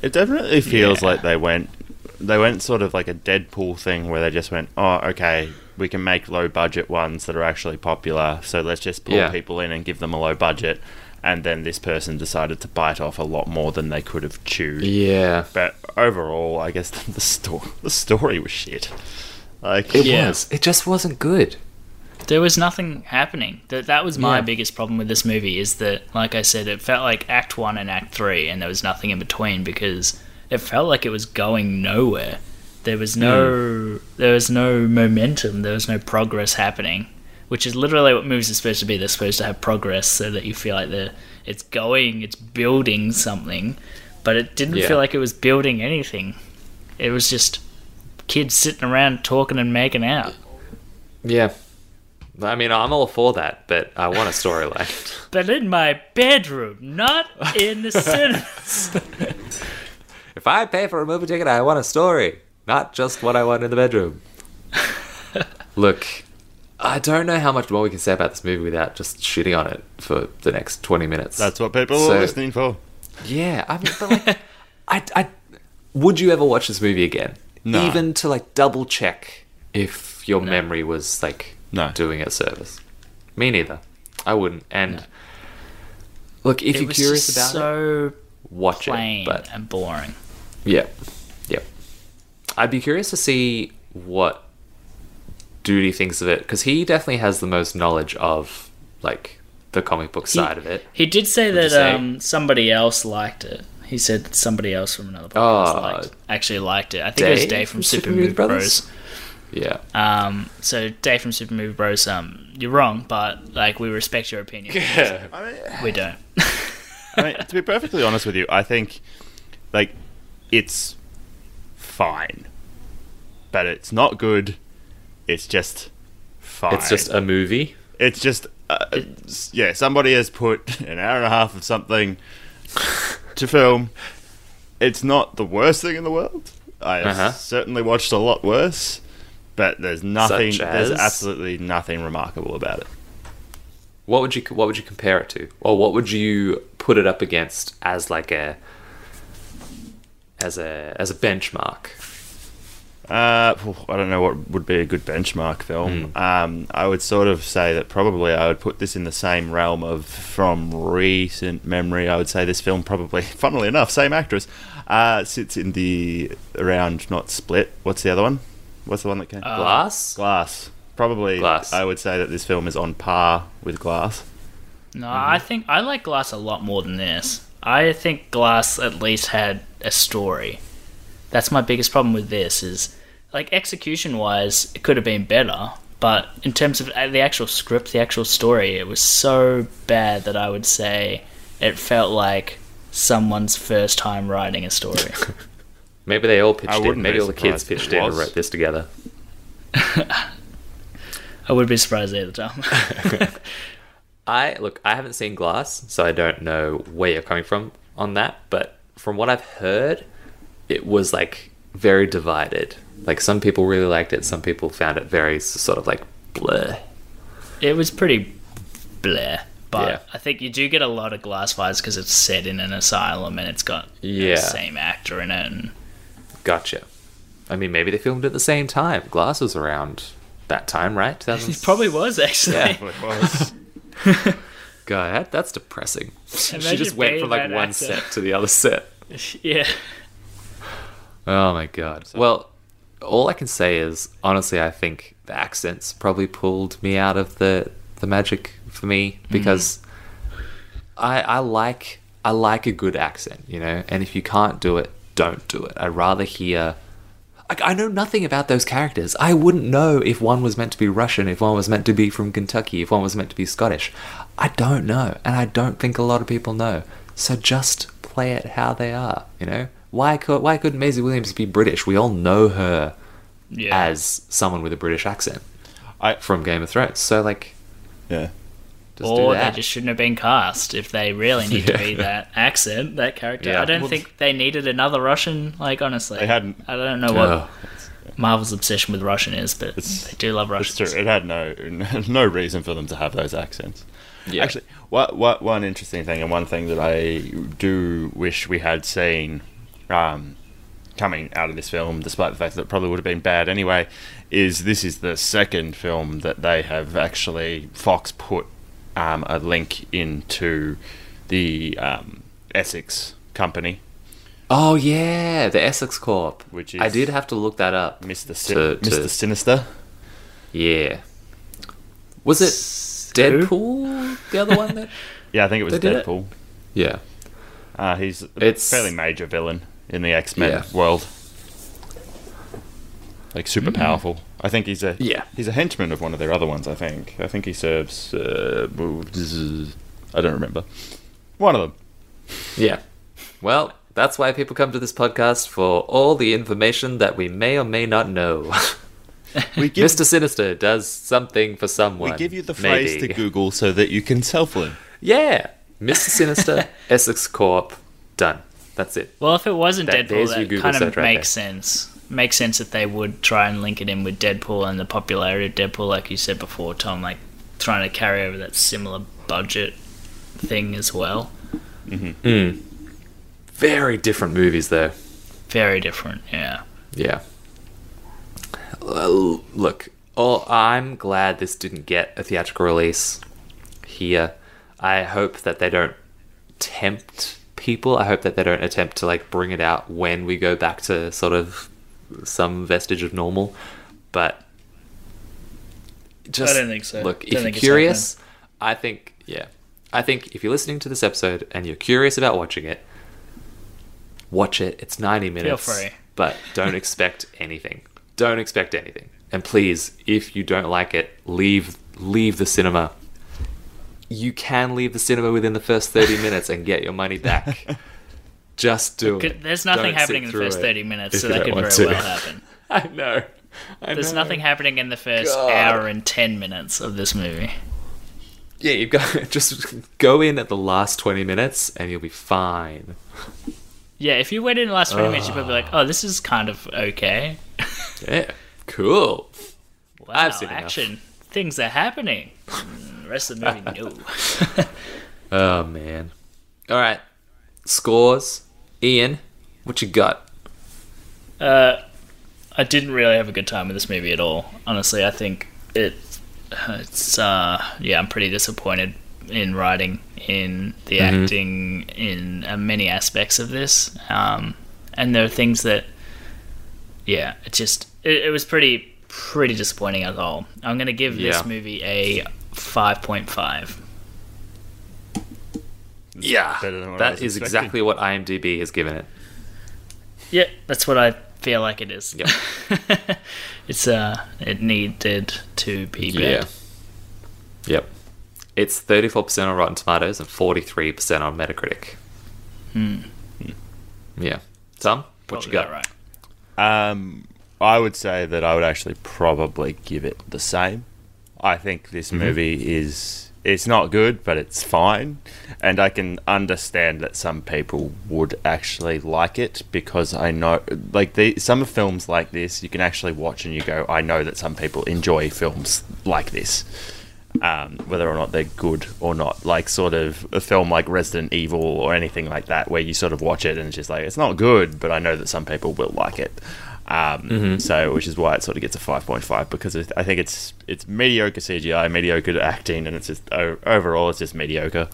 Speaker 1: It definitely feels
Speaker 3: Yeah.
Speaker 1: like they went they went sort of like a Deadpool thing where they just went, "Oh, okay, we can make low budget ones that are actually popular, so let's just pull
Speaker 2: Yeah.
Speaker 1: people in and give them a low budget." And then this person decided to bite off a lot more than they could have chewed.
Speaker 2: yeah,
Speaker 1: But overall, I guess the, the story the story was shit. Like
Speaker 2: it
Speaker 3: Yeah.
Speaker 2: was. It just wasn't good.
Speaker 3: there was nothing happening. That that was my
Speaker 2: Yeah.
Speaker 3: biggest problem with this movie is that, like I said, it felt like Act One and Act Three, and there was nothing in between because it felt like it was going nowhere. There was
Speaker 2: Hmm.
Speaker 3: no there was no momentum. There was no progress happening, which is literally what movies are supposed to be. They're supposed to have progress so that you feel like they're it's going, it's building something, but it didn't
Speaker 2: Yeah.
Speaker 3: feel like it was building anything. It was just kids sitting around talking and making out.
Speaker 2: Yeah. I mean, I'm all for that, but I want a storyline.
Speaker 3: but in my bedroom, not in the cinema.
Speaker 2: if I pay for a movie ticket, I want a story, not just what I want in the bedroom. Look, I don't know how much more we can say about this movie without just shitting on it for the next 20 minutes.
Speaker 1: that's what people
Speaker 2: So-
Speaker 1: are listening for.
Speaker 2: Yeah, I mean, but like, I, I, would you ever watch this movie again?
Speaker 1: No.
Speaker 2: Even to like double check if your memory was like
Speaker 1: No.
Speaker 2: doing it service. Me neither. I wouldn't. And look, if
Speaker 3: It
Speaker 2: you're
Speaker 3: was
Speaker 2: curious
Speaker 3: just
Speaker 2: about it,
Speaker 3: so
Speaker 2: watch
Speaker 3: plain
Speaker 2: it. But
Speaker 3: and boring.
Speaker 2: yeah, yeah. I'd be curious to see what Duty thinks of it because he definitely has the most knowledge of like the comic book side of it.
Speaker 3: He did say
Speaker 2: you
Speaker 3: that
Speaker 2: say?
Speaker 3: um, somebody else liked it. He said that somebody else from another podcast
Speaker 2: Ah,
Speaker 3: liked, actually liked it. I think it was
Speaker 2: Dave
Speaker 3: Dave from
Speaker 2: from
Speaker 3: Super
Speaker 2: Super
Speaker 3: Movie
Speaker 2: Movie Brothers?
Speaker 3: Bros.
Speaker 2: Yeah.
Speaker 3: Um, so Dave from Super Movie Bros, um, you're wrong, but like we respect your opinion. we don't.
Speaker 1: I mean, to be perfectly honest with you, I think like it's fine, but it's not good. It's just fine.
Speaker 2: It's just a movie.
Speaker 1: it's just uh, s- yeah. Somebody has put an hour and a half of something to film. It's not the worst thing in the world. I have
Speaker 2: Uh-huh.
Speaker 1: certainly watched a lot worse, but there's nothing.
Speaker 2: Such as?
Speaker 1: There's absolutely nothing remarkable about it.
Speaker 2: What would you what would you compare it to, or what would you put it up against as like a as a as a benchmark?
Speaker 1: Uh, phew, I don't know what would be a good benchmark film. Um, I would sort of say that probably I would put this in the same realm of from recent memory. I would say this film probably, funnily enough, same actress, uh, sits in the around not split. What's the other one? What's the one that came?
Speaker 2: Uh, Glass.
Speaker 1: Glass. Probably.
Speaker 2: Glass.
Speaker 1: I would say that this film is on par with Glass.
Speaker 3: No, I think I like Glass a lot more than this. I think Glass at least had a story. That's my biggest problem with this is like execution wise, it could have been better, but in terms of uh, the actual script, the actual story, it was so bad that I would say it felt like someone's first time writing a story.
Speaker 2: Maybe they all pitched
Speaker 1: I
Speaker 2: in.
Speaker 1: wouldn't
Speaker 2: Maybe
Speaker 1: be
Speaker 2: all the kids
Speaker 1: surprised if
Speaker 2: pitched
Speaker 1: it
Speaker 2: in and
Speaker 1: was.
Speaker 2: wrote this together.
Speaker 3: I would be surprised either time.
Speaker 2: I look. I haven't seen Glass, so I don't know where you're coming from on that. But from what I've heard, it was like very divided. Like some people really liked it. Some people found it very s- sort of like bleh.
Speaker 3: It was pretty bleh, but
Speaker 2: Yeah.
Speaker 3: I think you do get a lot of glass fires because it's set in an asylum and it's got
Speaker 2: Yeah.
Speaker 3: the same actor in it. And
Speaker 2: Gotcha. I mean, maybe they filmed at the same time. Glass was around that time, right?
Speaker 3: he
Speaker 2: 2000s?
Speaker 3: probably was actually.
Speaker 2: Yeah.
Speaker 1: Well, it was.
Speaker 2: God, that's depressing. she
Speaker 3: Imagine
Speaker 2: just went
Speaker 3: being
Speaker 2: from like
Speaker 3: that
Speaker 2: one
Speaker 3: actor.
Speaker 2: set to the other set.
Speaker 3: yeah.
Speaker 2: Oh my god. Well, all I can say is honestly, I think the accents probably pulled me out of the the magic for me
Speaker 3: Mm-hmm.
Speaker 2: because I I like I like a good accent, you know. And if you can't do it, don't do it. I'd rather hear. I, I know nothing about those characters. I wouldn't know if one was meant to be Russian, if one was meant to be from Kentucky, if one was meant to be Scottish. I don't know, and I don't think a lot of people know. So just play it how they are, you know. Why could why couldn't Maisie Williams be British? We all know her
Speaker 3: Yeah.
Speaker 2: as someone with a British accent
Speaker 1: I
Speaker 2: from Game of Thrones. So like,
Speaker 1: yeah.
Speaker 2: just do
Speaker 3: or they
Speaker 2: that.
Speaker 3: just shouldn't have been cast if they really need to be
Speaker 2: Yeah.
Speaker 3: that accent, that character.
Speaker 2: Yeah.
Speaker 3: I don't
Speaker 2: Well,
Speaker 3: think they needed another Russian. Like honestly,
Speaker 1: They hadn't.
Speaker 3: I don't know what
Speaker 2: Ugh.
Speaker 3: Marvel's obsession with Russian is, but
Speaker 1: It's-
Speaker 3: they do love
Speaker 1: It's true.
Speaker 3: Russians.
Speaker 1: It had no no reason for them to have those accents.
Speaker 2: Yeah.
Speaker 1: Actually, what, what one interesting thing and one thing that I do wish we had seen um, coming out of this film, despite the fact that it probably would have been bad anyway, is this is the second film that they have actually Fox put um, a link into the um, Essex company,
Speaker 2: Oh yeah, the Essex Corp.
Speaker 1: Which
Speaker 2: I
Speaker 1: is-
Speaker 2: did have to look that up.
Speaker 1: Mister Sin-
Speaker 2: To- to-
Speaker 1: Mister Sinister.
Speaker 2: Yeah. Was it
Speaker 3: S-
Speaker 2: Deadpool? The other one that
Speaker 1: Yeah, I think it was
Speaker 2: They did it?
Speaker 1: Deadpool.
Speaker 2: Yeah.
Speaker 1: Uh, he's a
Speaker 2: It's-
Speaker 1: fairly major villain in the X Men
Speaker 2: Yeah.
Speaker 1: world. Like super powerful. I think he's a
Speaker 2: Mm. Yeah.
Speaker 1: He's a henchman of one of their other ones. I think. I think he serves. Uh, I don't remember. One of them.
Speaker 2: Yeah. Well, that's why people come to this podcast for all the information that we may or may not know.
Speaker 1: We give
Speaker 2: Mr. Sinister does something for someone.
Speaker 1: we give you the phrase
Speaker 2: maybe.
Speaker 1: to Google so that you can self learn.
Speaker 2: Yeah. Mr. Sinister, Essex Corp. Done. That's it.
Speaker 3: Well, if it wasn't
Speaker 2: That-
Speaker 3: Deadpool,
Speaker 2: there's your
Speaker 3: that
Speaker 2: Google
Speaker 3: kind
Speaker 2: search
Speaker 3: of
Speaker 2: right there.
Speaker 3: makes sense. Makes sense that they would try and link it in with Deadpool and the popularity of Deadpool, like you said before, Tom. Like trying to carry over that similar budget thing as well.
Speaker 2: Very different movies though.
Speaker 3: Very different, yeah.
Speaker 2: Yeah. L- Look, oh, I'm glad this didn't get a theatrical release here. I hope that they don't tempt people. I hope that they don't attempt to like bring it out when we go back to sort of some vestige of normal. But just
Speaker 3: don't think so.
Speaker 2: Look,
Speaker 3: Don't
Speaker 2: if you're
Speaker 3: think it's
Speaker 2: curious, I think yeah. I think if you're listening to this episode and you're curious about watching it, watch it. It's 90 minutes.
Speaker 3: free.
Speaker 2: But don't expect anything. Don't expect anything. And please, if you don't like it, leave leave the cinema. You can leave the cinema within the first 30 minutes and get your money back. Just do
Speaker 3: Could-
Speaker 2: it.
Speaker 3: There's nothing
Speaker 2: Don't sit
Speaker 3: happening in the
Speaker 2: through
Speaker 3: first
Speaker 2: it
Speaker 3: 30 minutes,
Speaker 2: if
Speaker 3: so
Speaker 2: you
Speaker 3: that
Speaker 2: don't
Speaker 3: could very
Speaker 2: want to.
Speaker 3: well happen.
Speaker 2: I know. I
Speaker 3: There's
Speaker 2: know.
Speaker 3: nothing happening in the first
Speaker 2: God.
Speaker 3: hour and 10 minutes of this movie.
Speaker 2: Yeah, you've got just go in at the last 20 minutes and you'll be fine.
Speaker 3: Yeah, if you went in the last 20 minutes, you'd probably be like, oh, this is kind of okay.
Speaker 2: Yeah. Cool.
Speaker 3: Wow,
Speaker 2: I've seen enough.
Speaker 3: action. Things are happening. Mm, rest of the movie, no.
Speaker 2: Oh man. All right. Scores. Ian, what you got?
Speaker 3: Uh, I didn't really have a good time with this movie at all. Honestly, I think it, it's uh, yeah, I'm pretty disappointed in writing, in the
Speaker 2: Mm-hmm.
Speaker 3: acting, in uh, many aspects of this. Um, and there are things that, yeah, it just it, it was pretty pretty disappointing as a whole. I'm gonna give
Speaker 2: Yeah.
Speaker 3: this movie a five point five.
Speaker 2: Yeah.
Speaker 1: better than what I
Speaker 2: That
Speaker 1: was
Speaker 2: is
Speaker 1: expecting.
Speaker 2: exactly what IMDb has given it.
Speaker 3: Yeah, that's what I feel like it is.
Speaker 2: Yep.
Speaker 3: it's uh, it needed to be better.
Speaker 2: Yep. It's 34% on Rotten Tomatoes and 43% on Metacritic. Hmm. Yeah. Tom, what
Speaker 3: Probably
Speaker 2: you
Speaker 3: about
Speaker 2: got?
Speaker 3: Right.
Speaker 1: Um, I would say that I would actually probably give it the same. I think this movie is it's not good, but it's fine, and I can understand that some people would actually like it because I know, like the some films like this, you can actually watch and you go, I know that some people enjoy films like this. Um, whether or not they're good or not, like sort of a film like Resident Evil or anything like that, where you sort of watch it and it's just like it's not good, but I know that some people will like it. Um,
Speaker 3: Mm-hmm.
Speaker 1: So, which is why it sort of gets a five point five because it, I think it's it's mediocre CGI, mediocre acting, and it's just o- overall it's just mediocre.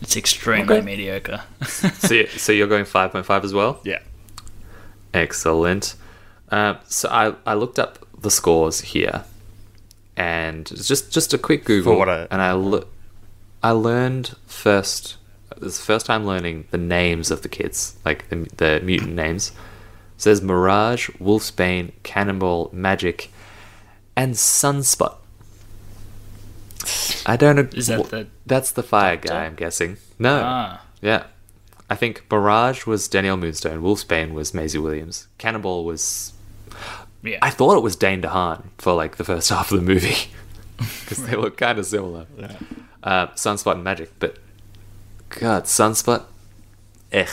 Speaker 3: It's extremely
Speaker 2: Okay.
Speaker 3: mediocre.
Speaker 2: so, you- so you're going 5.5 as well?
Speaker 1: Yeah,
Speaker 2: Excellent. Um, so I, I looked up the scores here, and it's just just a quick Google,
Speaker 1: what I-
Speaker 2: and I look, I learned first. This is the first time learning the names of the kids, like the, the mutant names. It says Mirage, Wolfsbane, Cannonball, Magic, and Sunspot. I don't. ag-
Speaker 3: Is that
Speaker 2: wh-
Speaker 3: the
Speaker 2: That's the fire guy. I'm guessing. No.
Speaker 3: Ah.
Speaker 2: Yeah. I think Mirage was Danielle Moonstone, Wolfsbane was Maisie Williams, Cannonball was.
Speaker 3: Yeah.
Speaker 2: I thought it was Dane DeHaan for like the first half of the movie because they look kind of similar. Uh, Sunspot and Magic, but God, Sunspot, ech.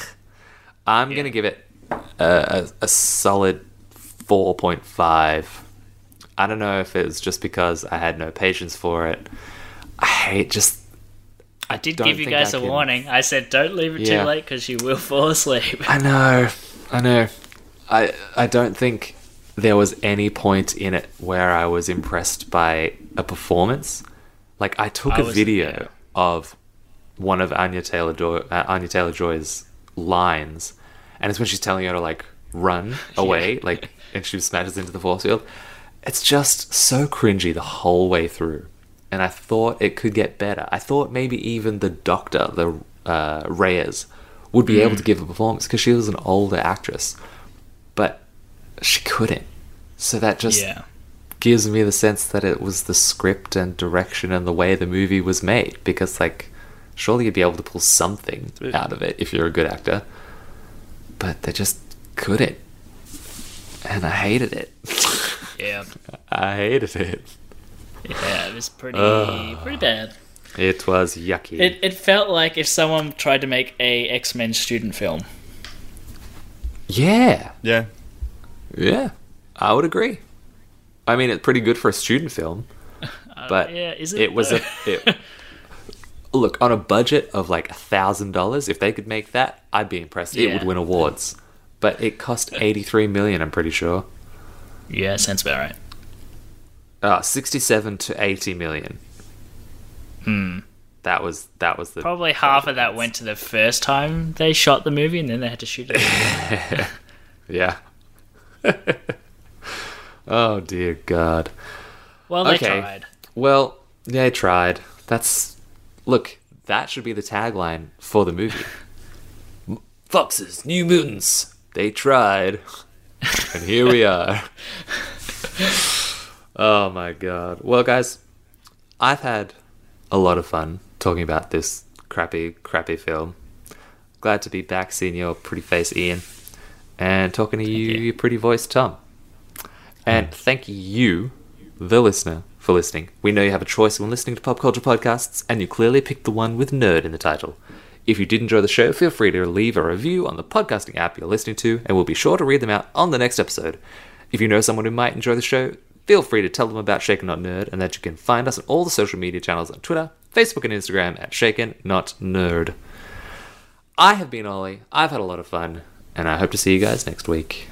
Speaker 2: I'm gonna give it a, a, a solid 4.5. I don't know if it was just because I had no patience for it. I hate just.
Speaker 3: I did
Speaker 2: don't
Speaker 3: give you
Speaker 2: think I
Speaker 3: guys a
Speaker 2: can-
Speaker 3: warning. I said don't leave it
Speaker 2: Yeah.
Speaker 3: too late because you will fall asleep.
Speaker 2: I know. I know. I I don't think there was any point in it where I was impressed by a performance. Like I took
Speaker 3: I
Speaker 2: a
Speaker 3: was-
Speaker 2: video
Speaker 3: yeah.
Speaker 2: of one of Anya Taylor Joy, uh, Anya Taylor Joy's lines, and it's when she's telling her to like run away, like, and she smashes into the force field. It's just so cringy the whole way through, and I thought it could get better. I thought maybe even the doctor, the uh, Reyes, would be
Speaker 3: Mm.
Speaker 2: able to give a performance because she was an older actress, but she couldn't. So that just
Speaker 3: yeah.
Speaker 2: gives me the sense that it was the script and direction and the way the movie was made because like surely you'd be able to pull something out of it if you're a good actor but they just couldn't and i hated it
Speaker 3: Yeah.
Speaker 2: i hated it
Speaker 3: Yeah. It was pretty pretty bad.
Speaker 2: it was yucky
Speaker 3: It it felt like if someone tried to make a X Men student film.
Speaker 2: yeah
Speaker 1: Yeah.
Speaker 2: yeah i would agree i mean it's pretty good for a student film but
Speaker 3: Uh, yeah, is it
Speaker 2: it, was a
Speaker 3: though?
Speaker 2: it, look on a budget of like a thousand dollars if they could make that i'd be impressed it would
Speaker 3: Yeah.
Speaker 2: win awards but it cost 83 million i'm pretty sure
Speaker 3: Yeah, sounds about right.
Speaker 2: uh 67 to 80 million
Speaker 3: Hmm.
Speaker 2: that was that was the
Speaker 3: Probably half of that went to the first time they shot the movie, and then they had to shoot it.
Speaker 2: yeah oh dear god
Speaker 3: Well, they
Speaker 2: Okay.
Speaker 3: tried.
Speaker 2: well they tried that's look that should be the tagline for the movie foxes new mutants they tried and here we are oh my god well guys i've had a lot of fun talking about this crappy crappy film glad to be back seeing your pretty face ian and talking to you,
Speaker 3: you.
Speaker 2: your pretty voice tom and thank you the listener for listening we know you have a choice when listening to pop culture podcasts and you clearly picked the one with nerd in the title if you did enjoy the show feel free to leave a review on the podcasting app you're listening to and we'll be sure to read them out on the next episode if you know someone who might enjoy the show, feel free to tell them about Shaken Not Nerd and that you can find us on all the social media channels on Twitter, Facebook, and Instagram at Shaken Not Nerd. I have been Ollie. I've had a lot of fun, and I hope to see you guys next week.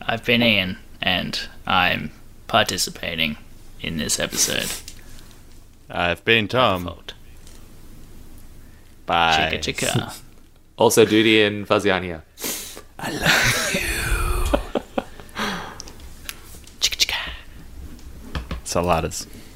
Speaker 3: I've been Ian, and I'm participating in this episode.
Speaker 1: I've been Tom.
Speaker 3: Fault.
Speaker 1: Bye.
Speaker 3: Chicka chicka.
Speaker 2: Also, Duty and Fuzzy on here.
Speaker 3: chicka chicka.
Speaker 1: Saladas.